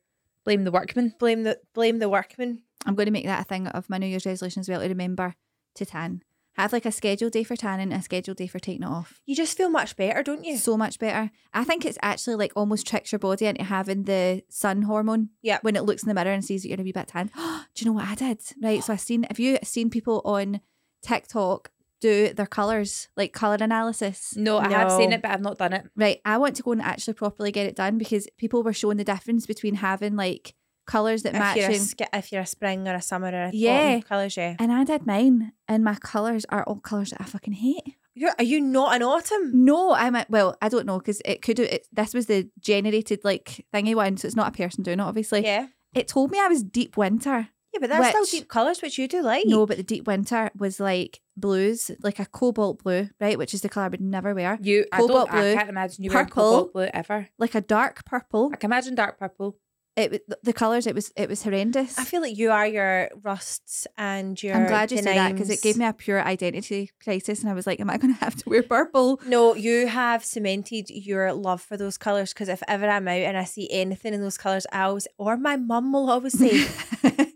A: blame the workman.
C: Blame the blame the workman.
B: I'm going to make that a thing of my New Year's resolution as well to remember to tan. Have like a scheduled day for tanning, and a scheduled day for taking it off.
C: You just feel much better, don't you?
B: So much better. I think it's actually like almost tricks your body into having the sun hormone.
C: Yeah.
B: When it looks in the mirror and sees that you're a wee bit tan. do you know what I did? Right. So I've seen. Have you seen people on TikTok do their colors like color
C: Mm.
B: analysis?
A: No, I have seen
C: No.
A: it, but I've not done it.
B: Right. I want to go and actually properly get it done because people were showing the difference between having like colors that
C: If
B: match.
C: you're, a,
B: and-
C: sk- if you're a spring or a summer or a
B: Yeah.
C: autumn colours, yeah.
B: And I did mine, and my colours are all colours that I fucking hate.
C: You're, are you not an autumn?
B: No, I'm a, well, I don't know because it could. It, this was the generated like thingy one, so it's not a person doing it. Obviously,
C: Yeah.
B: it told me I was deep winter.
C: Yeah, but that's
B: Which-
C: still deep colours, which you do like.
B: No, but the deep winter was like blues, like a cobalt blue, right? Which is the colour I would never wear.
A: You, I,
B: Cobalt
A: don't,
B: blue,
A: I can't imagine you wearing
B: purple.
A: cobalt blue ever.
B: Like a dark purple.
A: I can imagine dark purple.
B: It wa- the colours. It was it was horrendous.
C: I feel like you are your rusts and your.
B: I'm glad you said that because it gave me a pure identity crisis, and I was like, "Am I going to have to wear purple?"
C: No, you have cemented your love for those colours because if ever I'm out and I see anything in those colours, I always, or my mum will always say,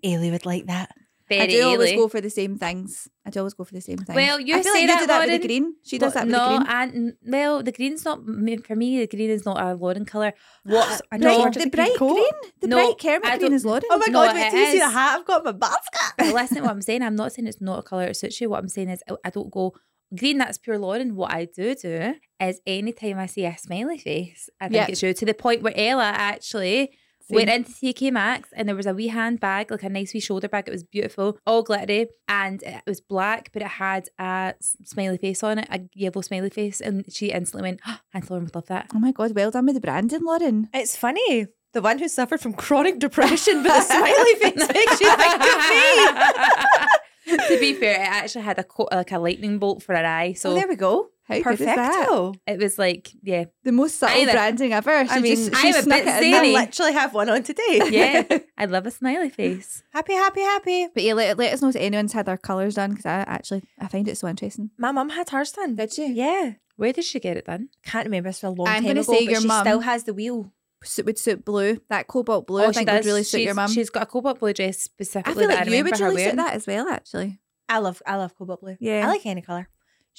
C: Ailey would like that.
A: Very
B: I do always
A: early.
B: go for the same things. I do always go for the same things.
A: Well, you
B: I feel
A: say
B: like
A: that,
B: you did that
A: Lauren.
B: with the green. She does
A: Well,
B: that with
A: no,
B: the green.
A: and well, the green's not m- for me. The green is not a Lauren color.
C: What's
A: I
B: bright,
A: know.
C: no,
B: the, bright
C: coat?
B: green, the
A: No,
B: bright
A: I
B: Kermit
A: don't-
B: green is Lauren.
C: Oh my
A: No,
C: God, wait
A: it
C: till you see the
A: is.
C: hat I've got in my basket.
A: But listen to what I'm saying. I'm not saying it's not a color it suits you. What I'm saying is I- I don't go green. That's pure Lauren. What I do do is anytime I see a smiley face, I think
B: Yeah.
A: it's you. To the point where Ella actually. Went into TK Maxx and there was a wee handbag, like a nice wee shoulder bag. It was beautiful, all glittery, and it was black, but it had a s- smiley face on it, a yellow smiley face. And she instantly went, oh, "And Lauren would love that."
B: Oh my god, well done with the branding, Lauren.
C: It's funny. The one who suffered from chronic depression with a smiley face makes you think of me.
A: to be fair, it actually had a co- like a lightning bolt for an eye,
C: So
B: Oh,
A: so
C: there we go.
B: How good is that?
C: Perfecto.
A: it was like, yeah,
B: The most subtle
A: Either-
B: branding ever. She
C: I mean,
B: just, she
A: I'm a
B: snuck
A: bit
B: it in there.
A: zany.
C: I literally have one on today.
A: yeah, I love a smiley face.
C: Happy, happy, happy.
B: But yeah, let, let us know if anyone's had their colours done because I actually I find it so interesting.
C: My mum had hers done.
B: Did she?
C: Yeah.
A: Where did she get it done?
C: Can't remember. It's been a long
B: I'm
C: time
B: gonna
C: ago.
B: say
C: but
B: your
C: she
B: mum-
C: still has the wheel.
B: Suit would suit blue. That cobalt blue I think would really suit
A: Oh, she's,
B: your mum.
A: She's got a cobalt blue dress
B: I
A: specifically.
B: feel
A: that
B: like
A: I
B: you
A: remember
B: would
A: her
B: really
A: wearing.
B: suit that as well, actually.
C: I love I love cobalt blue.
B: Yeah.
C: I like any colour.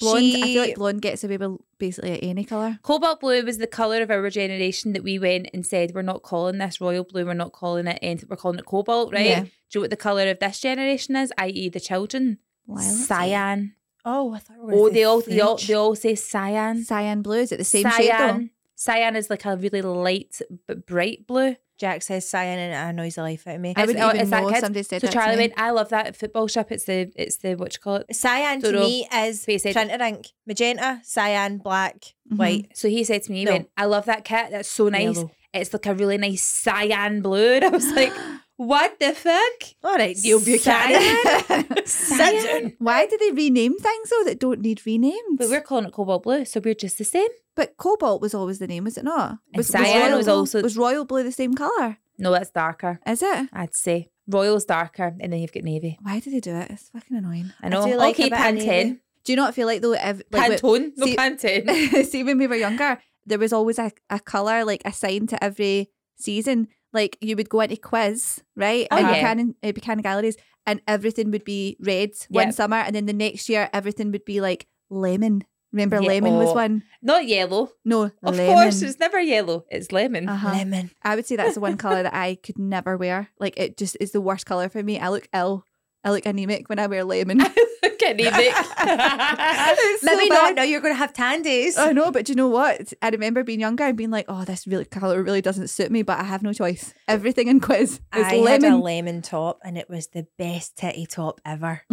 B: Blonde. I
C: She-
B: feel like blonde gets away with basically any colour.
A: Cobalt blue was the colour of our generation that we went and said we're not calling this royal blue, we're not calling it anything, we're calling it cobalt, right?
B: Yeah.
A: Do you know what the colour of this generation is, i.e. the children?
B: Lilac.
A: Cyan.
C: Oh, I thought we were gonna
A: Oh,
C: say
A: they all, they all
C: French.
A: they all say cyan.
B: Cyan blue. Is it the same shade
A: cyan. Cyan is like a really light but bright blue.
C: Jack says cyan and it annoys the life out of me.
B: though? I
A: Is-
B: wouldn't
A: oh,
B: even
A: is that
B: know if
A: kids?
B: somebody said
A: So
B: that.
A: Charlie
B: to me.
A: went, I love that football shop. It's the it's the what you call it.
C: Cyan to
A: Dunno.
C: me is
A: Face it.
C: printer ink. Magenta, cyan, black,
B: Mhm.
C: white.
A: So he said to me, he
C: No.
A: went, I love that kit. That's so nice.
C: Yellow.
A: It's like a really nice cyan blue. And I was like, what the fuck?
C: All right, Neil Buchanan. Cyan.
B: Why do they rename things though that don't need renames?
A: But we're calling it cobalt blue, so we're just the same.
B: But cobalt was always the name, was it not?
A: And cyan
B: royal
A: was
B: blue-
A: also-
B: was royal blue the same color?
A: No, that's darker.
B: Is it?
A: I'd say royal's darker, and then you've got navy.
B: Why do they do it? It's fucking annoying.
A: I know.
C: do like a
A: okay,
C: bit of
A: Pantene,
C: navy.
B: Do you not feel like though? Ev- like when-
A: Pantone, no
B: see-
A: Pantene.
B: see, when we were younger, there was always a, a color like assigned to every season. Like you would go into quiz, right?
A: Oh,
B: and
A: yeah.
B: Buchanan, uh, Buchanan Galleries, and everything would be red one
A: Yep.
B: summer, and then the next year everything would be like lemon. Remember,
A: Yeah,
B: lemon was
A: oh.
B: one.
A: Not yellow.
B: No,
A: Of
B: lemon.
A: course, it's never yellow. It's lemon.
B: Uh-huh.
C: Lemon.
B: I would say that's the one color that I could never wear. Like it just is the worst color for me. I look ill. I look anemic when I wear lemon.
A: Look at Navy.
B: It's so
C: Maybe
B: bad.
C: not. Now you're going to have tan days.
B: I know, but do you know what? I remember being younger and being like, "Oh, this really color really doesn't suit me," but I have no choice. Everything in quiz is
C: I
B: lemon.
C: had a lemon top and it was the best titty top ever.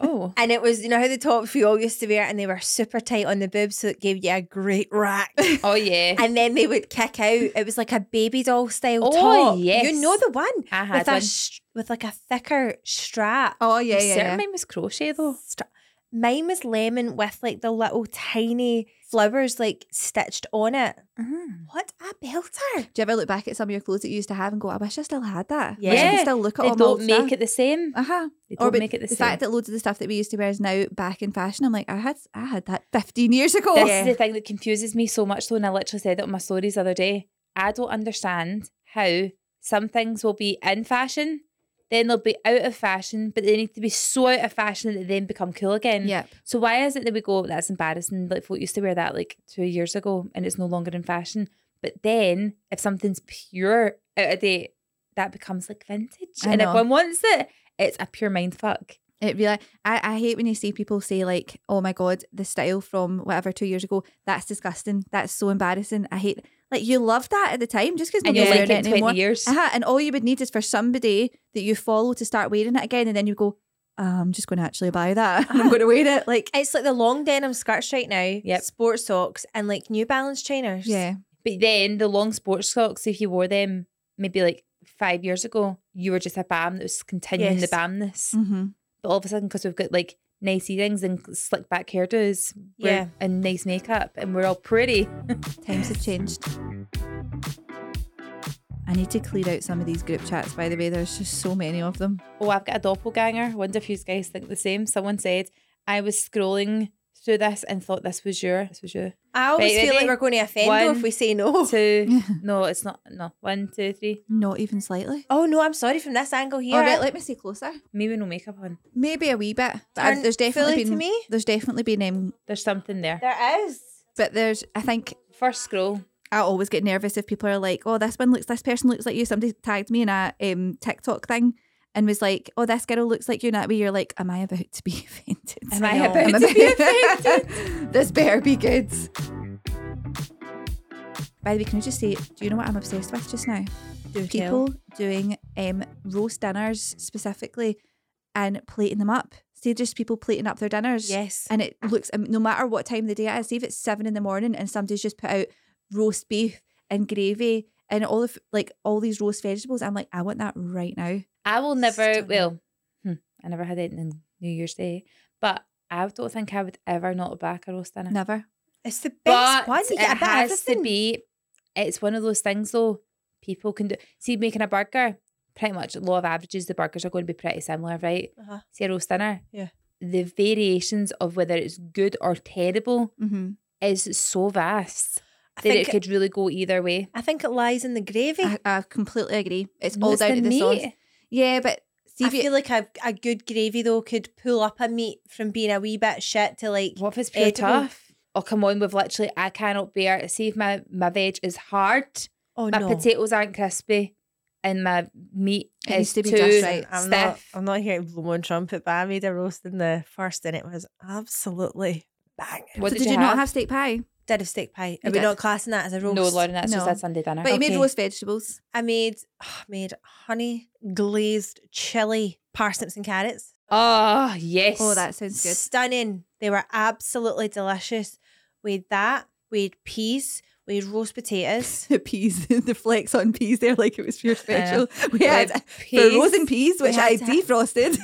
A: oh.
C: And it was, you know how the tops we all used to wear and they were super tight on the boobs, so it gave you a great rack.
A: Oh yeah.
C: and then they would kick out. It was like a baby doll style
A: Oh,
C: top.
A: yes.
C: You know the one
A: I had
C: with a
A: one.
C: sh- with like a thicker strap.
B: oh yeah, yeah,
A: Certain
B: yeah.
A: mine was crochet though.
C: Stra- Mine was lemon with like the little tiny flowers like stitched on it.
A: Mm.
C: What a belter!
B: Do you ever look back at some of your clothes that you used to have and go, "I wish I still had that. I wish I
A: Yeah.
B: could still look at
A: They
B: all
A: don't
B: my
A: make it the same.
B: Uh huh.
A: They
B: Or
A: don't
B: but
A: make it the,
B: the
A: same.
B: fact that loads of the stuff that we used to wear is now back in fashion. I'm like, I had I had that 15 years ago.
A: this is the thing that confuses me so much though, and I literally said it on my stories the other day. I don't understand how some things will be in fashion, then they'll be out of fashion, but they need to be so out of fashion that they then become cool again.
B: Yep.
A: So why is it that we go, that's embarrassing? Like folk used to wear that like two years ago and it's no longer in fashion. But then if something's pure out of date, that becomes like vintage.
B: I
A: and
B: know.
A: if one wants it, it's a pure mind fuck.
B: It really, I, I hate when you see people say like, "Oh my god, the style from whatever two years ago, that's disgusting. That's so embarrassing." I hate like you loved that at the time just because
A: And
B: nobody's
A: you'll like
B: wearing
A: it in
B: it
A: 20
B: anymore.
A: years.
B: Uh-huh, and all you would need is for somebody that you follow to start wearing it again, and then you go, "Uh, "I'm just going to actually buy that. I'm going to wear it." Like,
C: It's like the long denim skirts right now,
A: Yep.
C: sports socks, and like New Balance trainers.
B: yeah,
A: But then the long sports socks, if you wore them maybe like five years ago, you were just a BAM that was continuing
C: Yes. Mm.
A: the BAMness.
B: Mm-hmm.
A: But all of a sudden, because we've got like nice earrings and slick back hairdos we're-
C: Yeah.
A: and nice makeup and we're all pretty.
B: Times have changed. I need to clear out some of these group chats, by the way. There's just so many of them.
A: Oh, I've got a doppelganger. Wonder if you guys think the same. Someone said, I was scrolling through this and thought this was your, this was you.
C: I always
A: Right,
C: feel
A: ready?
C: like we're going to offend though
A: One,
C: if we say no.
A: Two, no, it's not, no, one, two, three.
B: Not even slightly.
C: Oh no, I'm sorry from this angle here.
B: All right, let me see closer.
A: Me with no makeup on.
B: Maybe a wee bit. But I-
C: Turn
B: there's definitely
C: fully to
B: been
C: me?
B: there's definitely been um,
A: There's something there.
C: there is.
B: but there's I think
A: First scroll.
B: I always get nervous if people are like, "Oh, this one looks, this person looks like you." Somebody tagged me in a um, TikTok thing and was like, "Oh, this girl looks like you." And that way, you're like, "Am I about to be offended?
A: Am I
C: know.
A: about
B: Am
A: to be
B: about-
A: offended?
B: this better be good." By the way, can I just say, do you know what I'm obsessed with just now?
C: Do
B: People doing um, roast dinners specifically and plating them up. See, just people plating up their dinners.
C: Yes.
B: And it looks, um, no matter what time of the day it is, see if it's seven in the morning and somebody's just put out roast beef and gravy and all of like all these roast vegetables, I'm like, I want that right now.
A: I will never.
C: Stunning.
A: Well, hmm, I never had it on New Year's Day, but I don't think I would ever not back a roast dinner.
B: Never.
C: It's the
A: but
C: best one. You
A: it
C: get a bit of
A: has to
C: everything.
A: be. It's one of those things though. People can do. See, making a burger, pretty much law of averages. The burgers are going to be pretty similar, right?
C: Uh-huh.
A: See a roast dinner.
C: Yeah.
A: The variations of whether it's good or terrible
B: Mm-hmm.
A: is so vast
C: I
A: that it
C: think
A: could Uh, really go either way.
C: I think it lies in the gravy.
B: I, I completely agree. It's
A: No,
B: all
A: it's
B: down
A: the
B: to the sauce.
A: meat.
B: Yeah, but see
C: I
B: if you,
C: feel like a, a good gravy though could pull up a meat from being a wee bit shit to like
A: What if it's pure
C: Edible.
A: tough? Oh come on, with literally I cannot bear. See if my my veg is hard.
C: oh
A: my
C: no.
A: potatoes aren't crispy and my meat
B: It
A: is
B: needs to be
A: too
B: just
C: Listen,
B: right.
C: I'm
A: stiff.
C: not. I'm not here to blow my trumpet, but I made a roast in the first, and it was absolutely bang.
A: What
B: so
A: did,
B: did you, not have steak pie?
C: Did have steak pie. Are
B: You
C: we
B: did.
C: not classing that as a roast?
A: No, Lauren, that's just
B: No.
A: had Sunday dinner.
B: But you made
C: Okay.
B: roast vegetables.
C: I made oh, I made honey glazed chili parsnips and carrots.
A: oh yes.
B: Oh, that sounds good.
C: Stunning. They were absolutely delicious. We had that. We had peas. We had roast potatoes.
B: the peas, the flex on peas there, like it was pure
A: know.
B: special. We had the rosin peas, which
C: We had
B: I
C: to-
B: defrosted.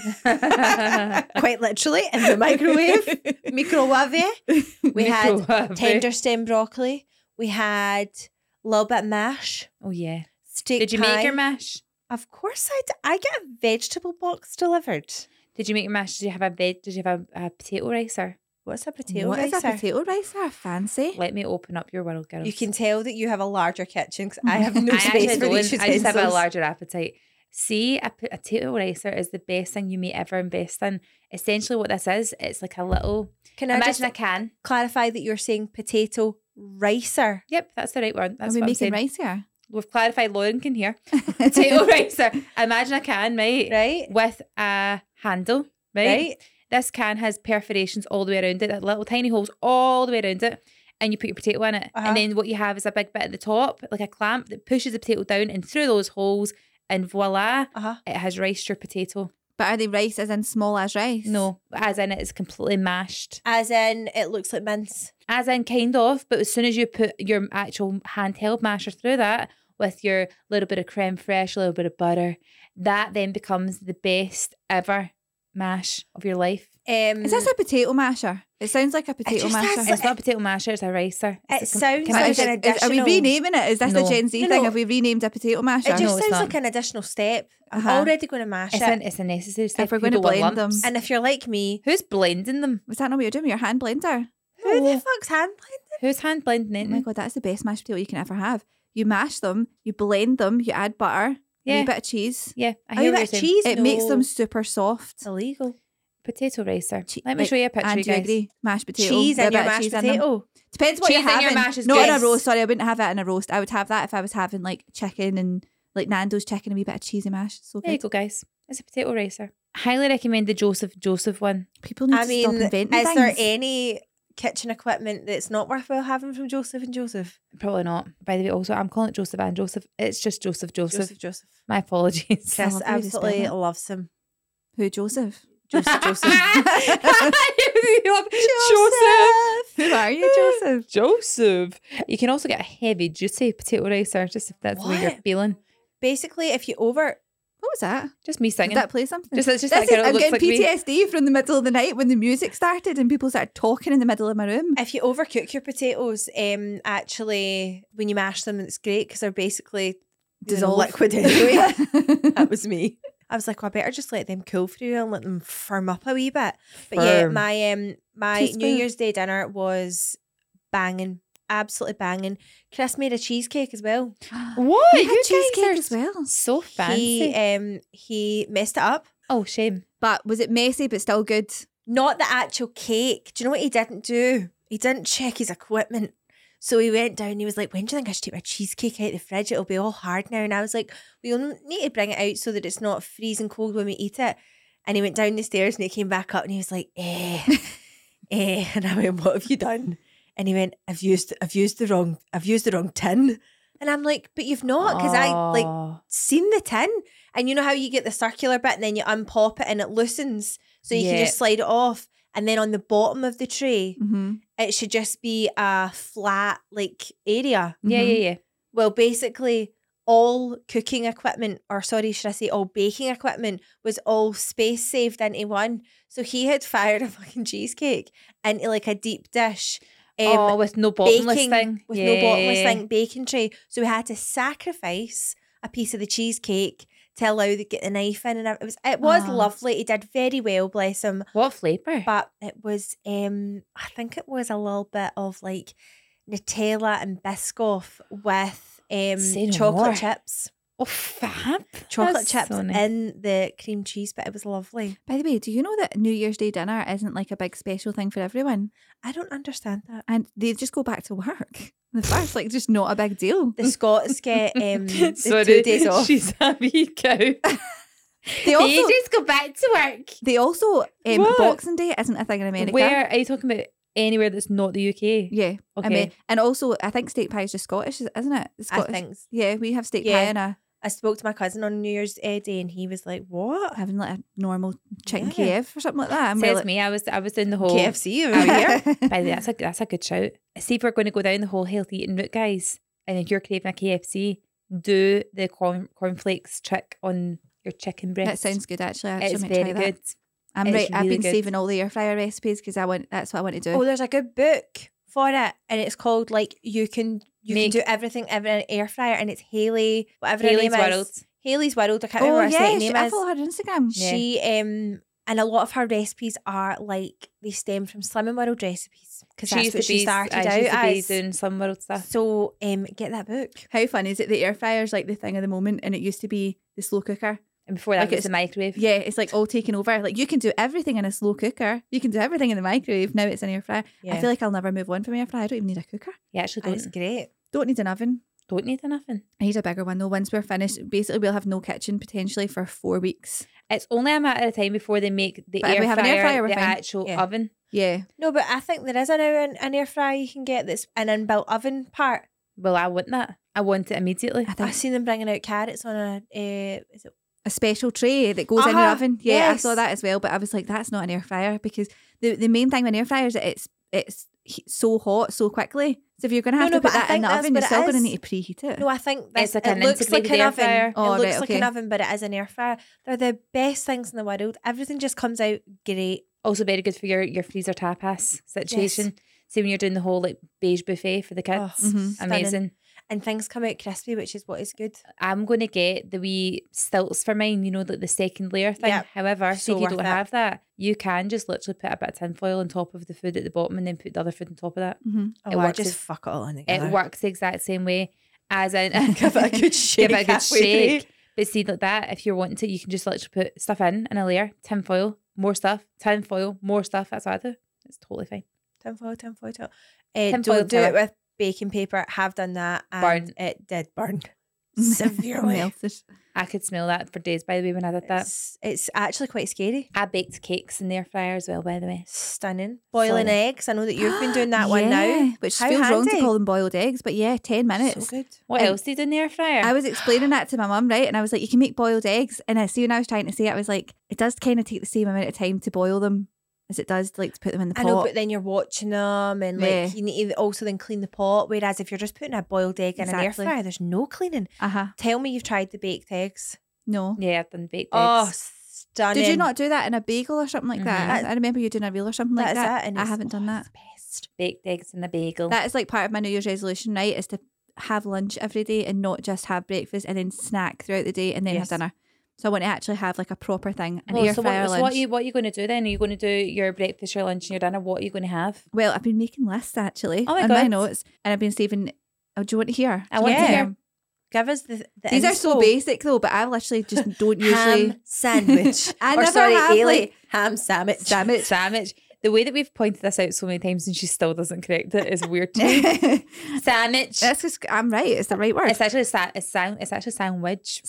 C: Quite literally in the microwave, microwave. We had
A: Microwave.
C: tender stem broccoli. We had a little bit of mash.
A: Oh yeah.
C: Steak
A: Did you
C: pie.
A: make your mash?
C: Of course I d- I get a vegetable box delivered.
A: Did you make your mash? Did you have a veg? Did you have a, a potato ricer?
C: What's a potato
B: what is a
C: ricer?
B: potato ricer? Fancy.
A: Let me open up your world, girls.
C: You can tell that you have a larger kitchen because I have no
A: I
C: space
A: actually
C: for
A: don't.
C: these
A: I just have a
C: utensils.
A: larger appetite. See, a p- a potato ricer is the best thing you may ever invest in. Essentially, what this is, it's like a little.
C: Can I
A: Imagine
C: just
A: a can.
C: clarify that you're saying potato ricer?
A: Yep, that's the right word. That's
B: Are we
A: what I'm
B: making
A: saying.
B: rice here?
A: We've clarified Lauren can hear. Potato ricer. Imagine a can, right?
C: Right?
A: With a handle, right?
C: Right?
A: This can has perforations all the way around it, that little tiny holes all the way around it. And you put your potato in it.
C: Uh-huh.
A: And then what you have is a big bit at the top, like a clamp that pushes the potato down and through those holes. And voila,
C: Uh huh.
A: it has riced your potato.
B: But are they rice as in small as rice?
A: No, as in it's completely mashed.
C: As in, it looks like mince.
A: As in, kind of, but as soon as you put your actual handheld masher through that with your little bit of creme fraiche, a little bit of butter, that then becomes the best ever mash of your life.
C: Um,
B: Is this a potato masher? It sounds like a potato
C: just
B: masher.
C: has
A: It's not a potato masher, it's a ricer.
C: It
A: It's a com-
C: sounds
A: can
B: But
A: I-
B: is
C: like an
B: it- is- are we
C: additional-
B: renaming it? Is this
A: No.
B: a Gen Z
C: No,
B: thing?
C: no.
B: Have we renamed a potato masher?
C: it just
A: No, it's
C: sounds
A: not.
C: like an additional step.
B: Uh-huh.
C: Already going to mash
A: It's,
C: it.
A: an, it's a necessary step.
B: if we're
A: You
B: going to
A: don't want
B: blend them,
A: lumps.
C: and if you're like me,
A: Who's blending them?
B: was that not what you're doing? Your hand blender.
C: who
A: No.
C: the fuck's hand blending?
A: Who's hand blending
B: Oh
A: it?
B: my god, that's the best mashed potato you can ever have. You mash them, you blend them, you add butter, a
A: Yeah.
B: wee bit of cheese.
A: yeah, I
C: Are you
A: hear what
C: about
A: you're saying.
C: cheese?
B: It makes them
C: No.
B: super soft.
C: It's illegal.
A: Potato ricer.
B: Che-
A: Let me
B: like,
A: show you a picture,
B: And
A: you
B: do you
A: guys.
B: agree? Mashed potato.
C: Cheese
B: with a
C: and your
B: bit of
C: mashed
B: cheese in them.
C: potato.
B: Depends what
A: Cheese
B: you're
A: in your
B: having.
A: mash is
B: Not in
A: good.
B: a roast. Sorry, I wouldn't have it in a roast. I would have that if I was having like chicken and like Nando's chicken and a wee bit of cheesy mash. It's So
A: There you
B: good.
A: go, guys. It's a potato ricer. Highly recommend the Joseph Joseph one.
B: People need
C: I
B: to
C: mean,
B: stop
C: is
B: inventing things.
C: there any kitchen equipment that's not worthwhile having from Joseph and Joseph?
A: Probably not. By the way, also I'm calling it Joseph and Joseph. It's just Joseph Joseph.
C: Joseph, Joseph.
A: My apologies.
B: I
C: Chris
B: love how you just spelled
C: absolutely
B: it.
C: loves him.
B: Who Joseph?
C: Joseph, Joseph.
A: Joseph.
B: Who are you, Joseph?
A: Joseph. You can also get a heavy duty potato ricer, just if that's what you're
C: What?
A: feeling.
C: basically, if you over,
B: What was that?
A: Just me singing.
B: Did that play something?
A: just, it's just
B: This
A: that
B: is,
A: girl who
B: I'm
A: looks like
B: getting
A: me.
B: PTSD from the middle of the night when the music started and people started talking in the middle of my room.
C: if you overcook your potatoes, um, actually, when you mash them, it's great because they're basically doing
B: Dissolve.
C: liquid anyway. that was me. I was like, well, I better just let them cool for you and let them firm up a wee bit. But yeah,
A: Firm.
C: my um my New
B: Teaspoon.
C: Year's Day dinner was banging, absolutely banging. Chris made a cheesecake as well.
A: What?
B: We
A: You
B: had
A: guys
B: cheesecake
A: are
B: as well.
A: So fancy.
C: He um he messed it up.
A: oh, shame.
B: But was it messy but still good?
C: Not the actual cake. Do you know what he didn't do? He didn't check his equipment. So he went down. He was like, "When do you think I should take my cheesecake out of the fridge? It'll be all hard now." And I was like, "We'll n- need to bring it out so that it's not freezing cold when we eat it." And he went down the stairs and he came back up and he was like, "Eh, eh," and I went, "What have you done?" And he went, "I've used, I've used the wrong, I've used the wrong tin." And I'm like, "But you've not, because I like
A: Aw.
C: seen the tin. And you know how you get the circular bit and then you unpop it and it loosens so you
A: Yeah.
C: can just slide it off. And then on the bottom of the tray,
B: Mm-hmm.
C: it should just be a flat like area.
A: Yeah,
B: mm-hmm.
A: yeah, yeah.
C: Well, basically, all cooking equipment, or sorry, should I say all baking equipment, was all space saved into one. So he had fired a fucking cheesecake into like a deep dish. um,
A: oh, with no bottomless
C: baking
A: thing.
C: with no bottomless
A: Yeah.
C: thing baking tray. So we had to sacrifice a piece of the cheesecake to allow the get the knife in, and it was it was
A: Ah.
B: Aw.
C: lovely. He did very well, bless him.
A: What flavour?
C: But it was, um, I think it was a little bit of like Nutella and Biscoff with
A: Say
C: um
A: no
C: chocolate
A: more.
C: chips,
A: Oh, fab.
C: chocolate
A: That's
C: chips
A: so nice.
C: in the cream cheese. But it was lovely.
B: By the way, do you know that New Year's Day dinner isn't like a big special thing for everyone?
C: I don't understand that.
B: And they just go back to work. The first, like, just not a big deal.
C: The Scots get um, the
A: Sorry,
C: two days off.
A: she's a wee cow.
B: They
A: They
B: also,
A: just go back to work.
B: they also um,
A: What?
B: Boxing Day isn't a thing in America.
A: Where are you talking about? Anywhere that's not the UK.
B: Yeah,
A: Okay.
B: I mean, and also I think steak pie is just Scottish, isn't it? The
C: I
B: Scottish.
C: think
B: Yeah, we have steak
C: Yeah.
B: pie and a
C: I spoke to my cousin on New Year's uh, Day, and he was like, "What
B: having like a normal chicken
C: Yeah.
B: Kiev or something like that. And we're
A: Says
B: like,
A: me, I was I was in the whole.
C: KFC over
A: Oh,
C: here?"
A: By the way, that's a that's a good shout. See if we're going to go down the whole healthy eating route, guys, and if you're craving a KFC, do the corn cornflakes trick on your chicken breast.
B: that sounds good actually. I actually
A: It's
B: might
A: very
B: try
A: good.
B: That. I'm
A: It's
B: right. I've
A: really
B: been
A: good.
B: saving all the air fryer recipes because I want. That's what I want to do.
C: Oh, there's a good book for it, and it's called like you can you
A: Make-
C: can do everything ever in an air fryer, and it's Haley whatever
A: Haley's
C: her name
A: World.
C: is. Haley's World. I can't
B: Oh,
C: remember her
B: yeah,
C: second
B: she-
C: name
B: I
C: is.
B: follow her on Instagram.
A: Yeah.
C: She um and a lot of her recipes are like they stem from Slimming World recipes because
A: She
C: that's
A: used
C: what
A: to
C: she
A: be
C: started
A: uh,
C: out
A: she used to be
C: as.
A: doing some world stuff.
C: So um, get that book.
B: How fun is it? The air fryer is like the thing of the moment, and it used to be the slow cooker.
A: And before that
B: Like
A: it was the
B: it's-
A: microwave.
B: Yeah, it's like all taken over. Like you can do everything in a slow cooker. You can do everything in the microwave. Now it's an air fryer.
C: Yeah,
B: I feel like I'll never move on from air fryer. I don't even need a cooker.
A: You actually
C: and it's
A: don't
C: great.
B: Don't need an oven.
A: don't need anything.
B: I need a bigger one though. Once we're finished, basically we'll have no kitchen potentially for four weeks.
A: It's only a matter of time before they make the
B: But if
A: air,
B: we have an
A: fryer,
B: air fryer, we're
A: the
B: fine.
A: actual
C: Yeah.
A: oven.
B: Yeah,
C: No, but I think there is an, an, an air fryer you can get that's an inbuilt oven part.
A: Well, I want that. I want it immediately.
B: I
C: I've
B: think
C: seen them bringing out carrots on a uh, is it
B: a special tray that goes in your
C: Ah,
B: oven. Yeah, I
C: yes.
B: saw that as well, but I was like, that's not an air fryer because the the main thing with an air fryer is that it's it's he- so hot so quickly. So if you're going to
C: No,
B: have
C: no,
B: to put
C: but I
B: that in
C: think
B: the oven, you're
C: that's what it
B: still going to
C: is.
B: need to preheat it.
C: No, I think that's,
A: like
C: it
A: an
C: looks like
A: integrated
C: an
A: air
C: oven.
A: fryer.
B: Oh,
C: it
B: right,
C: looks like an
B: okay.
C: oven, but it is an air fryer. They're the best things in the world. Everything just comes out great.
A: Also very good for your, your freezer tapas situation. See when you're doing the whole like beige buffet for the
C: Oh,
A: kids.
B: Mhm.
C: stunning.
A: mm-hmm, Amazing.
C: And things come out crispy, which is what is good.
A: I'm going to get the wee stilts for mine, you know, like the second layer thing.
C: Yep.
A: However,
C: So
A: so if you
C: worth
A: don't
C: it.
A: have that, you can just literally put a bit of tin foil on top of the food at the bottom and then put the other food on top of that.
B: hmm
C: Oh,
A: It
C: I
A: works
C: just
A: as-
C: fuck it all in together.
A: It works the exact same way as in
C: Give it a good shake.
A: Give it a good
C: halfway through.
A: shake. But see, like that, if you're wanting to, you can just literally put stuff in in a layer, tin foil, more stuff, tin foil, more stuff. That's what I do. It's totally fine.
C: Tinfoil, tinfoil, tinfoil.
A: Tinfoil
C: Uh, don't do
A: tower.
C: it with baking paper. Have done that. And
A: Burn.
C: It did burn severely.
B: Melted.
A: I could smell that for days, by the way, when I did that.
C: it's, it's actually quite scary.
A: I baked cakes in the air fryer as well, by the way.
C: Stunning. Boiling
A: Solid.
C: eggs. I know that you've been doing that one
B: Yeah,
C: now.
B: which
C: How
B: feels wrong to
C: handy.
B: call them boiled eggs, but yeah, ten minutes.
C: So good.
A: What
B: Um,
A: else do you do in the air fryer?
B: I was explaining that to my mum, right? And I was like, you can make boiled eggs. And I see when I was trying to say it, I was like, it does kind of take the same amount of time to boil them as it does like to put them in the
C: I
B: pot.
C: know, but then you're watching them, and like
B: Yeah.
C: you need to also then clean the pot. Whereas if you're just putting a boiled egg in an air
B: Exactly.
C: fryer, there's no cleaning.
B: uh huh.
C: Tell me you've tried the baked eggs.
B: No.
A: Yeah, I've done baked
C: Oh,
A: eggs.
C: stunning!
B: Did you not do that in a bagel or something like that?
C: Mhm.
B: I remember you doing a reel or something
C: That
B: like
C: is
B: that.
C: it, and
B: I
C: it's-
B: haven't done
C: oh,
B: that.
A: Ah.
C: it's best.
A: Baked eggs and a bagel.
B: That is like part of my New Year's resolution, right? Is to have lunch every day and not just have breakfast and then snack throughout the day and then
C: Yes.
B: have dinner. So I want to actually have like a proper thing, an
A: Well,
B: air
A: oh, so,
B: fryer
A: what, so
B: lunch.
A: what are you what are you going to do then? Are you going to do your breakfast, your lunch, and your dinner? What are you going to have?
B: well, I've been making lists actually
A: Oh my
B: on my
A: God.
B: notes, and I've been saving. Oh, do you want to hear?
A: I want
C: to
B: Yeah.
A: hear.
C: Give us the. the
B: These are so
C: inspo.
B: basic though, but I literally just don't usually.
C: ham sandwich.
B: I
C: or
B: never
C: sorry,
B: have,
C: Ailey,
B: like-
C: ham sandwich.
B: Sandwich.
A: Sandwich. The way that we've pointed this out so many times and she still doesn't correct it is weird to me. Sandwich.
B: That's just. I'm right. It's the right word.
A: It's actually sa- it's sound. It's actually sandwich.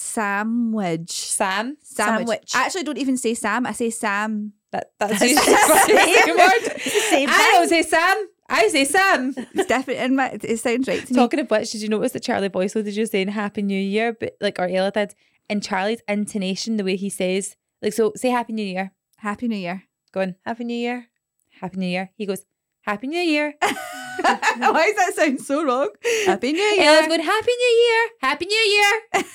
B: sandwich.
A: Sam.
B: Sandwich.
C: Sandwich.
B: I actually don't even say Sam. I say Sam.
A: That, that's usually the same word.
C: Same
A: I don't say Sam. I say Sam.
B: It's definitely in my. It sounds right to me.
A: Talking of which, did you notice that Charlie Boyce did you saying Happy New Year? But like or Ella did, and Charlie's intonation, the way he says, like so say Happy New Year.
B: Happy New Year.
A: Going,
C: Happy New Year.
A: Happy New Year. He goes, Happy New Year.
B: Why does that sound so wrong? Happy New
A: Ella's
B: Year.
A: going, Happy New Year. Happy New Year.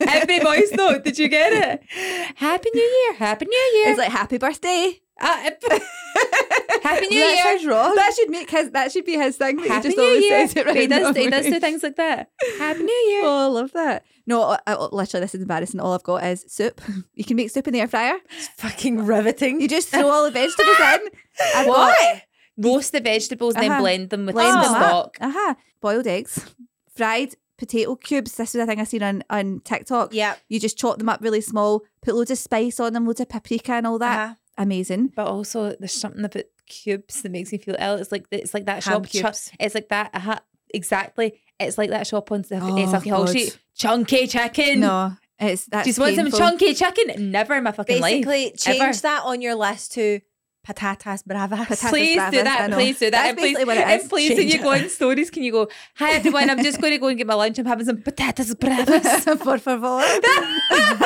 A: Every voice note, did you get it? Happy New Year. Happy New Year.
B: It's like happy birthday.
A: Uh, uh, Happy New
B: that
A: Year.
B: sounds wrong. That should make his. That should be his thing. That
A: Happy
B: he just
A: New
B: always
A: Year.
B: says it
A: But
B: right.
A: he does, he does do
B: nowadays.
A: things like that. Happy New Year.
B: Oh, I love that. No, I, I- literally, this is embarrassing. All I've got is soup. You can make soup in the air fryer.
C: It's fucking riveting.
B: You just throw all the vegetables in. I've got
C: Why?
A: Roast the vegetables,
B: Uh-huh.
A: then blend them with
B: blend
A: the
B: them
A: stock.
B: up. Aha, Uh-huh. boiled eggs, fried potato cubes. This was a thing I seen on on TikTok.
C: Yeah.
B: You just chop them up really small, put loads of spice on them, loads of paprika and all that.
C: Uh-huh.
B: Amazing.
A: But also, there's something about cubes that makes me feel ill. It's like it's like that
C: Ham
A: shop. chu-
C: cubes.
A: it's like that. Uh, exactly. It's like that shop on the
B: Oh,
A: it's Hall
B: God.
A: Street. Chunky chicken.
B: No, it's that's
A: Just want some
B: painful.
A: chunky chicken. Never in my fucking life.
C: Basically, change
A: Ever.
C: that on your list to patatas bravas.
B: Patatas
A: Please do
B: bravas, I
A: that.
B: know.
A: Please do that.
B: That's
A: And please,
B: basically what it
A: and
B: is.
A: please, when
C: Change
A: you go
C: it.
A: on stories, can you go, "Hi everyone, I'm just going to go and get my lunch. I'm having some patatas bravas."
B: Por favor.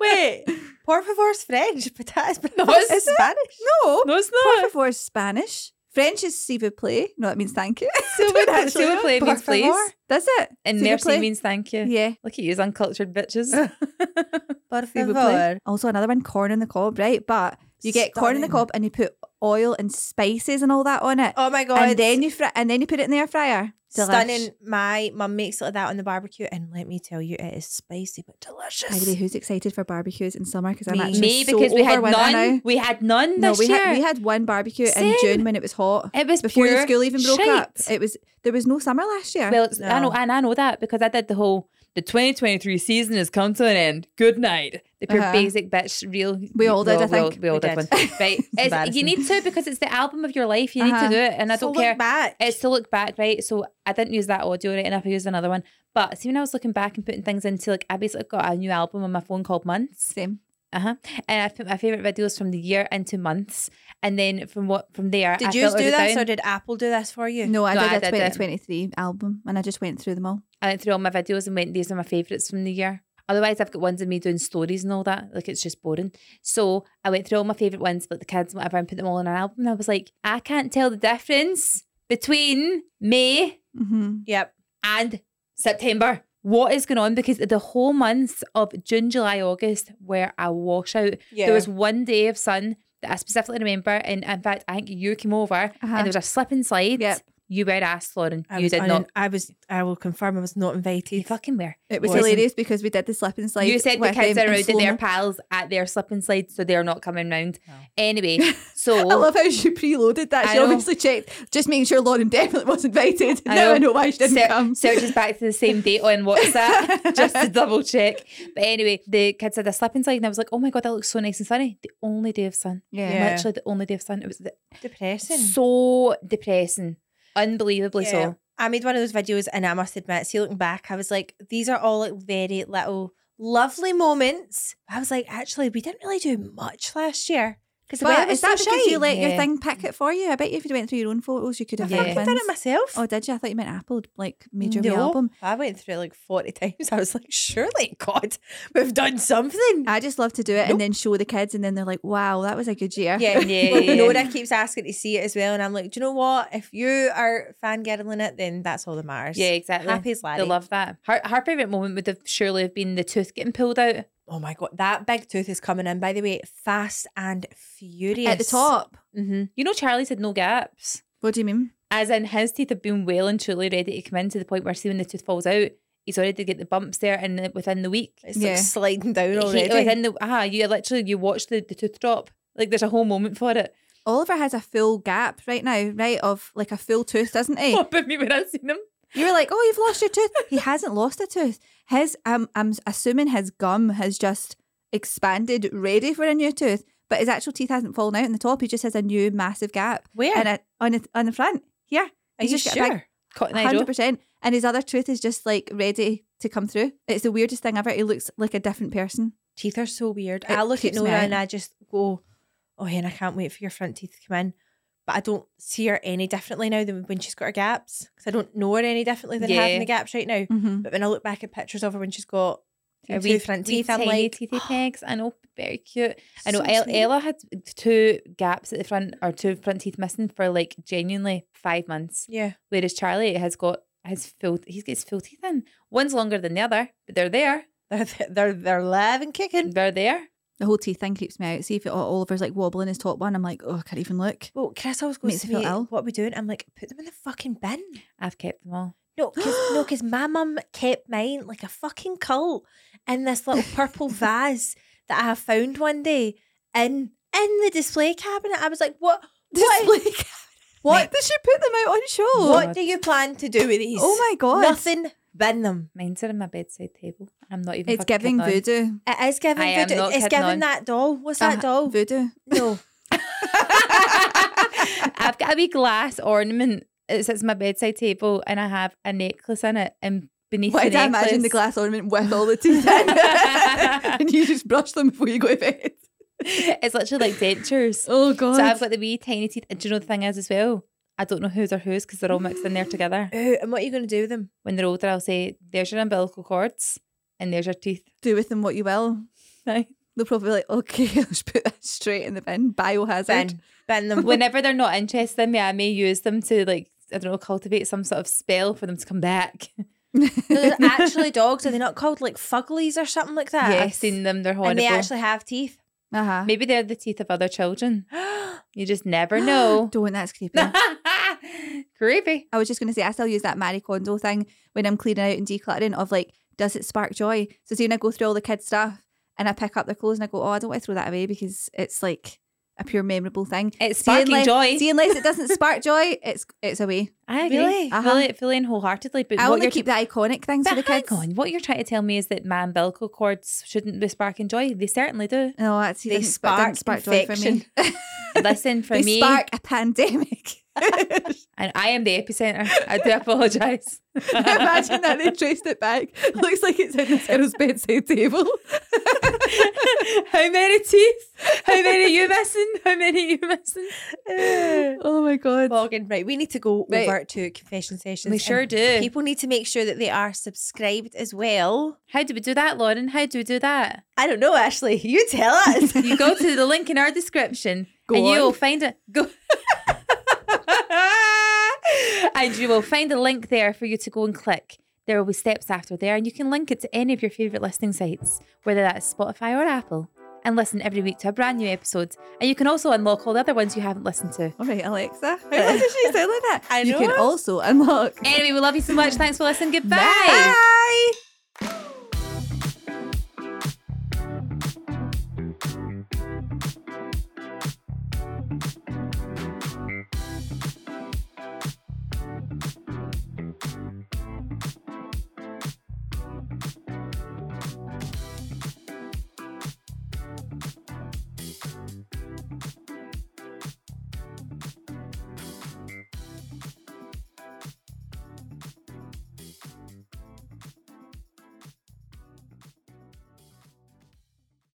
A: Wait,
C: Por favor's French. Patatas bravas
A: it's-
C: is Spanish.
B: no.
A: no, it's
B: Por
A: not.
B: favor is Spanish. French is s'il vous plaît. No, it means thank you.
A: Silver,
B: Don't
A: pl-
B: actually
A: silver
B: know.
A: play
B: Por
A: means please.
B: favor. That's it.
A: And
B: S'il vous
A: merci
B: plaît.
A: means thank you.
B: Yeah.
A: Look at you, uncultured bitches.
C: Por
B: S'il vous
C: favor.
B: plaît. Also, another one, corn on the cob, right? But you get corn on the
C: Stunning.
B: cob and you put oil and spices and all that on it.
C: Oh my god.
B: and then you fr- and then you put it in the air fryer. Delish.
C: Stunning. My mum makes it like that on the barbecue, and let me tell you, it is spicy but delicious.
B: Agree. Who's excited for barbecues in summer? Because I'm
C: Me.
B: actually
A: Me,
B: so
A: because we had
B: over with it now.
A: none. We had none
B: No,
A: this
B: we
A: year.
B: had we had one barbecue in
A: Same.
B: June when it was hot.
A: it was
B: Before the
A: pure
B: school even broke up,
A: shite.
B: it was there was no summer last year.
A: Well, it's, I know,
C: No.
A: and I know that because I did the whole. The 2023 season has come to an end. Good night. The pure
B: Uh-huh.
A: basic bitch. Real.
B: We all did, I
A: We all,
B: think.
A: we all
C: We
A: did.
C: did.
A: One. Right. It's, you
C: embarrassing.
A: need to because it's the album of your life. You
B: Uh-huh.
A: need to do it, and I
C: So
A: don't
C: look
A: care.
C: back.
A: It's to look back, right? So I didn't use that audio right enough. I used another one. But see, when I was looking back and putting things into, like, I basically got a new album on my phone called Months.
B: Same.
A: Uh huh. And I put my favorite videos from the year into months, and then from what from there. I
C: did you
A: filtered
C: do
A: it
C: this,
A: down.
C: or did Apple do this for you?
B: No, I
A: No,
B: did
A: I
B: a
A: did it.
B: 2023 album and I just went through them all.
A: I went through all my videos and went, these are my favourites from the year. Otherwise, I've got ones of me doing stories and all that. Like, it's just boring. So I went through all my favourite ones, like the kids and whatever, and put them all on an album. And I was like, I can't tell the difference between May
B: Mm-hmm.
C: Yep.
A: and September. What is going on? Because the whole months of June, July, August were a washout.
C: Yeah.
A: There was one day of sun that I specifically remember. And in fact, I think you came over and
B: Uh-huh.
A: there was a slip and slide.
B: Yep.
A: You were asked, Lauren.
C: I
A: you
C: was
A: did
C: un-
A: not.
C: I was. I will confirm. I was not
A: You
C: invited.
A: fucking were.
B: It was
C: Wasn't-
B: hilarious because we did the slip and slide.
A: you said the
B: with
A: kids
B: them
A: are
B: in
A: out to
B: slow-mo.
A: their pals at their slip and slide, so they're not coming round.
C: No.
A: Anyway,
B: I
A: so
B: love how she preloaded that.
A: I
B: She
A: know.
B: obviously checked, just making sure Lauren definitely was invited.
A: I
B: now
A: know.
B: I know why she didn't
A: Ser-
B: come.
A: searches back to the same date on WhatsApp just to double check. But anyway, the kids had a slip and slide, and I was like, "Oh my god, that looks so nice and sunny." The only day of sun,
B: yeah.
C: Yeah.
A: literally the only day of sun. It was the-
C: Depressing.
A: so depressing, unbelievably
C: Yeah.
A: so.
C: I made one of those videos, and I must admit, see, looking back, I was like, these are all like very little lovely moments. I was like, actually, we didn't really do much last year. Because the
B: But
C: weather
B: is
C: was
B: that
C: so
B: because
C: shite.
B: you let your
A: Yeah.
B: thing pick it for you? I bet you if you went through your own photos, you could
C: I
B: have
A: Yeah.
C: fucking
B: picked
C: done
B: wins.
C: it myself.
B: Oh, did you? I thought you meant Apple, like major
C: no,
B: wee album.
C: I went through it like 40 times. I was like, surely, God, we've done something.
B: I just love to do it
C: Nope.
B: and then show the kids, and then they're like, "Wow, that was a good year."
C: Yeah,
A: Yeah,
C: Well,
A: yeah, yeah.
C: Nora keeps asking to see it as well, and I'm like, do you know what? If you are fangirling it, then that's all that matters.
A: Yeah, exactly.
C: happy as Larry.
A: They love that. Her, her favourite moment would have surely have been the tooth getting pulled out.
C: Oh my god, that big tooth is coming in. By the way, fast and furious
B: At the top.
C: Mm-hmm.
A: You know, Charlie's had no gaps.
B: What do you mean?
A: As in, his teeth have been well and truly ready to come in to the point where, see, when the tooth falls out, he's already get the bumps there, and then within the week,
C: It's
B: Yeah.
C: like sliding down
A: he-
C: already.
A: within the ah, you literally you watch the, the tooth drop. Like there's a whole moment for it.
B: Oliver has a full gap right now, right? Of like a full tooth, doesn't he?
A: What about me when I seen him?
B: You were like, "Oh, you've lost your tooth." He hasn't lost a tooth. His, um, I'm assuming his gum has just expanded, ready for a new tooth, but his actual teeth hasn't fallen out in the top. He just has a new massive gap,
C: Where?
B: and a, on the on the front here.
C: Are you
B: he's just got a big
C: sure?
A: Cotton Eye Joe.
B: Hundred percent. And his other tooth is just like ready to come through. It's the weirdest thing ever. He looks like a different person.
C: Teeth are so weird.
B: It
C: I look at
B: creeps me
C: Nora
B: out.
C: and I just go, "Oh, and I can't wait for your front teeth to come in." But I don't see her any differently now than when she's got her gaps because I don't know her any differently than having
A: Yeah.
C: the gaps right now. But when I look back at pictures of her when she's got
A: A
C: two
A: wee-
C: front
A: wee
C: teeth, I'm
A: tiny
C: like,
A: teethy pegs. I know, very cute. I know
C: So
A: El-
C: sweet.
A: Ella had two gaps at the front or two front teeth missing for like genuinely five months,
C: yeah,
A: whereas Charlie has got his full he's got his full teeth in. One's longer than the other, but they're there.
C: they're they're they're live and kicking.
A: They're there.
B: The whole teeth thing creeps me out. See if it, Oliver's like wobbling his top one. I'm like, oh, I can't even look.
C: Well, Chris always goes
B: Makes
C: to
B: me feel
C: me,
B: ill.
C: "What are we doing?" I'm like, "Put them in the fucking bin."
A: I've kept them all.
C: No, cause, no, because my mum kept mine like a fucking cult in this little purple vase that I have found one day in in the display cabinet. I was like, "What? What?
B: Display-
C: What?
B: They should put them out on show.
A: Oh
C: What do you plan to do with these?
B: Oh my god.
C: Nothing. Bin them.
A: Mine's are on my bedside table. I'm not even.
B: It's
A: fucking
B: giving
A: kidding.
B: voodoo.
C: It is giving.
A: I am
C: voodoo-
A: not
C: it's
A: kidding
C: giving
A: on. Uh-huh.
C: that doll. What's that
B: Uh,
C: doll?
B: Voodoo.
C: No.
A: I've got a wee glass ornament. It sits on my bedside table, and I have a necklace in it. And beneath
B: Why
A: the
B: did I imagine the
A: necklace-
B: glass ornament with all the teeth in? and you just brush them before you go to bed.
A: it's literally like dentures.
B: Oh god.
A: So I've got the wee tiny teeth. And do you know the thing is as well? I don't know whose or whose because they're all mixed in there together.
C: Ooh, and what are you going to do with them?
A: When they're older, I'll say, "There's your umbilical cords, and there's your teeth."
B: do with them what you will.
A: Whenever
B: They'll probably be like, okay, let's put that straight in the bin. Biohazard.
C: Bin. Bin them.
A: they're not interested in me, I may use them to like I don't know cultivate some sort of spell for them to come back.
C: No, they're actually dogs. Are they not called like fugglies or something like that?
A: I've seen them. They're horrible.
C: And they actually have teeth.
B: Uh-huh.
A: Maybe they're the teeth of other children. You just never know.
B: Don't, that's creepy.
A: Creepy.
B: I was just going to say, I still use that Marie Kondo thing when I'm cleaning out and decluttering of like, does it spark joy? So, see, when I go through all the kids' stuff and I pick up their clothes and I go, oh, I don't want to throw that away because it's like a pure memorable thing.
A: It's
B: See,
A: sparking
B: unless,
A: joy.
B: See, unless it doesn't spark joy, it's it's away.
A: I agree.
C: Really?
B: Uh-huh.
A: Fully, fully and wholeheartedly. But
B: I
A: what
B: only
A: you're
B: keep the iconic things for the
A: But hang
B: kids.
A: on, what you're trying to tell me is that my umbilical cords shouldn't be sparking joy. They certainly do.
B: No, that's,
C: They
B: they spark,
C: spark
B: spark joy for me.
A: Listen, for
B: they
A: me,
B: spark a pandemic.
A: and I am the epicenter. I do apologise.
B: Imagine that they traced it back. Looks like it's in this girl's bedside table.
A: How many teeth? How many you missing? How many you missing?
B: Oh my god.
C: Morgan, right, we need to go
B: Right.
C: over to confession sessions.
A: We sure
C: and
A: do.
C: People need to make sure that they are subscribed as well.
A: How do we do that, Lauren? How do we do that?
C: I don't know, Ashley. You tell us.
A: You go to the link in our description
B: Go
A: and you
B: on.
A: will find it. Go. and you will find a link there for you to go and click. There will be steps after there, and you can link it to any of your favourite listening sites, whether that's Spotify or Apple, and listen every week to a brand new episode. And you can also unlock all the other ones you haven't listened to.
B: All right, Alexa. How does she sound like that?
C: I
B: You can
C: know.
B: also unlock.
A: Anyway, we love you so much. Thanks for listening. Goodbye.
B: Bye.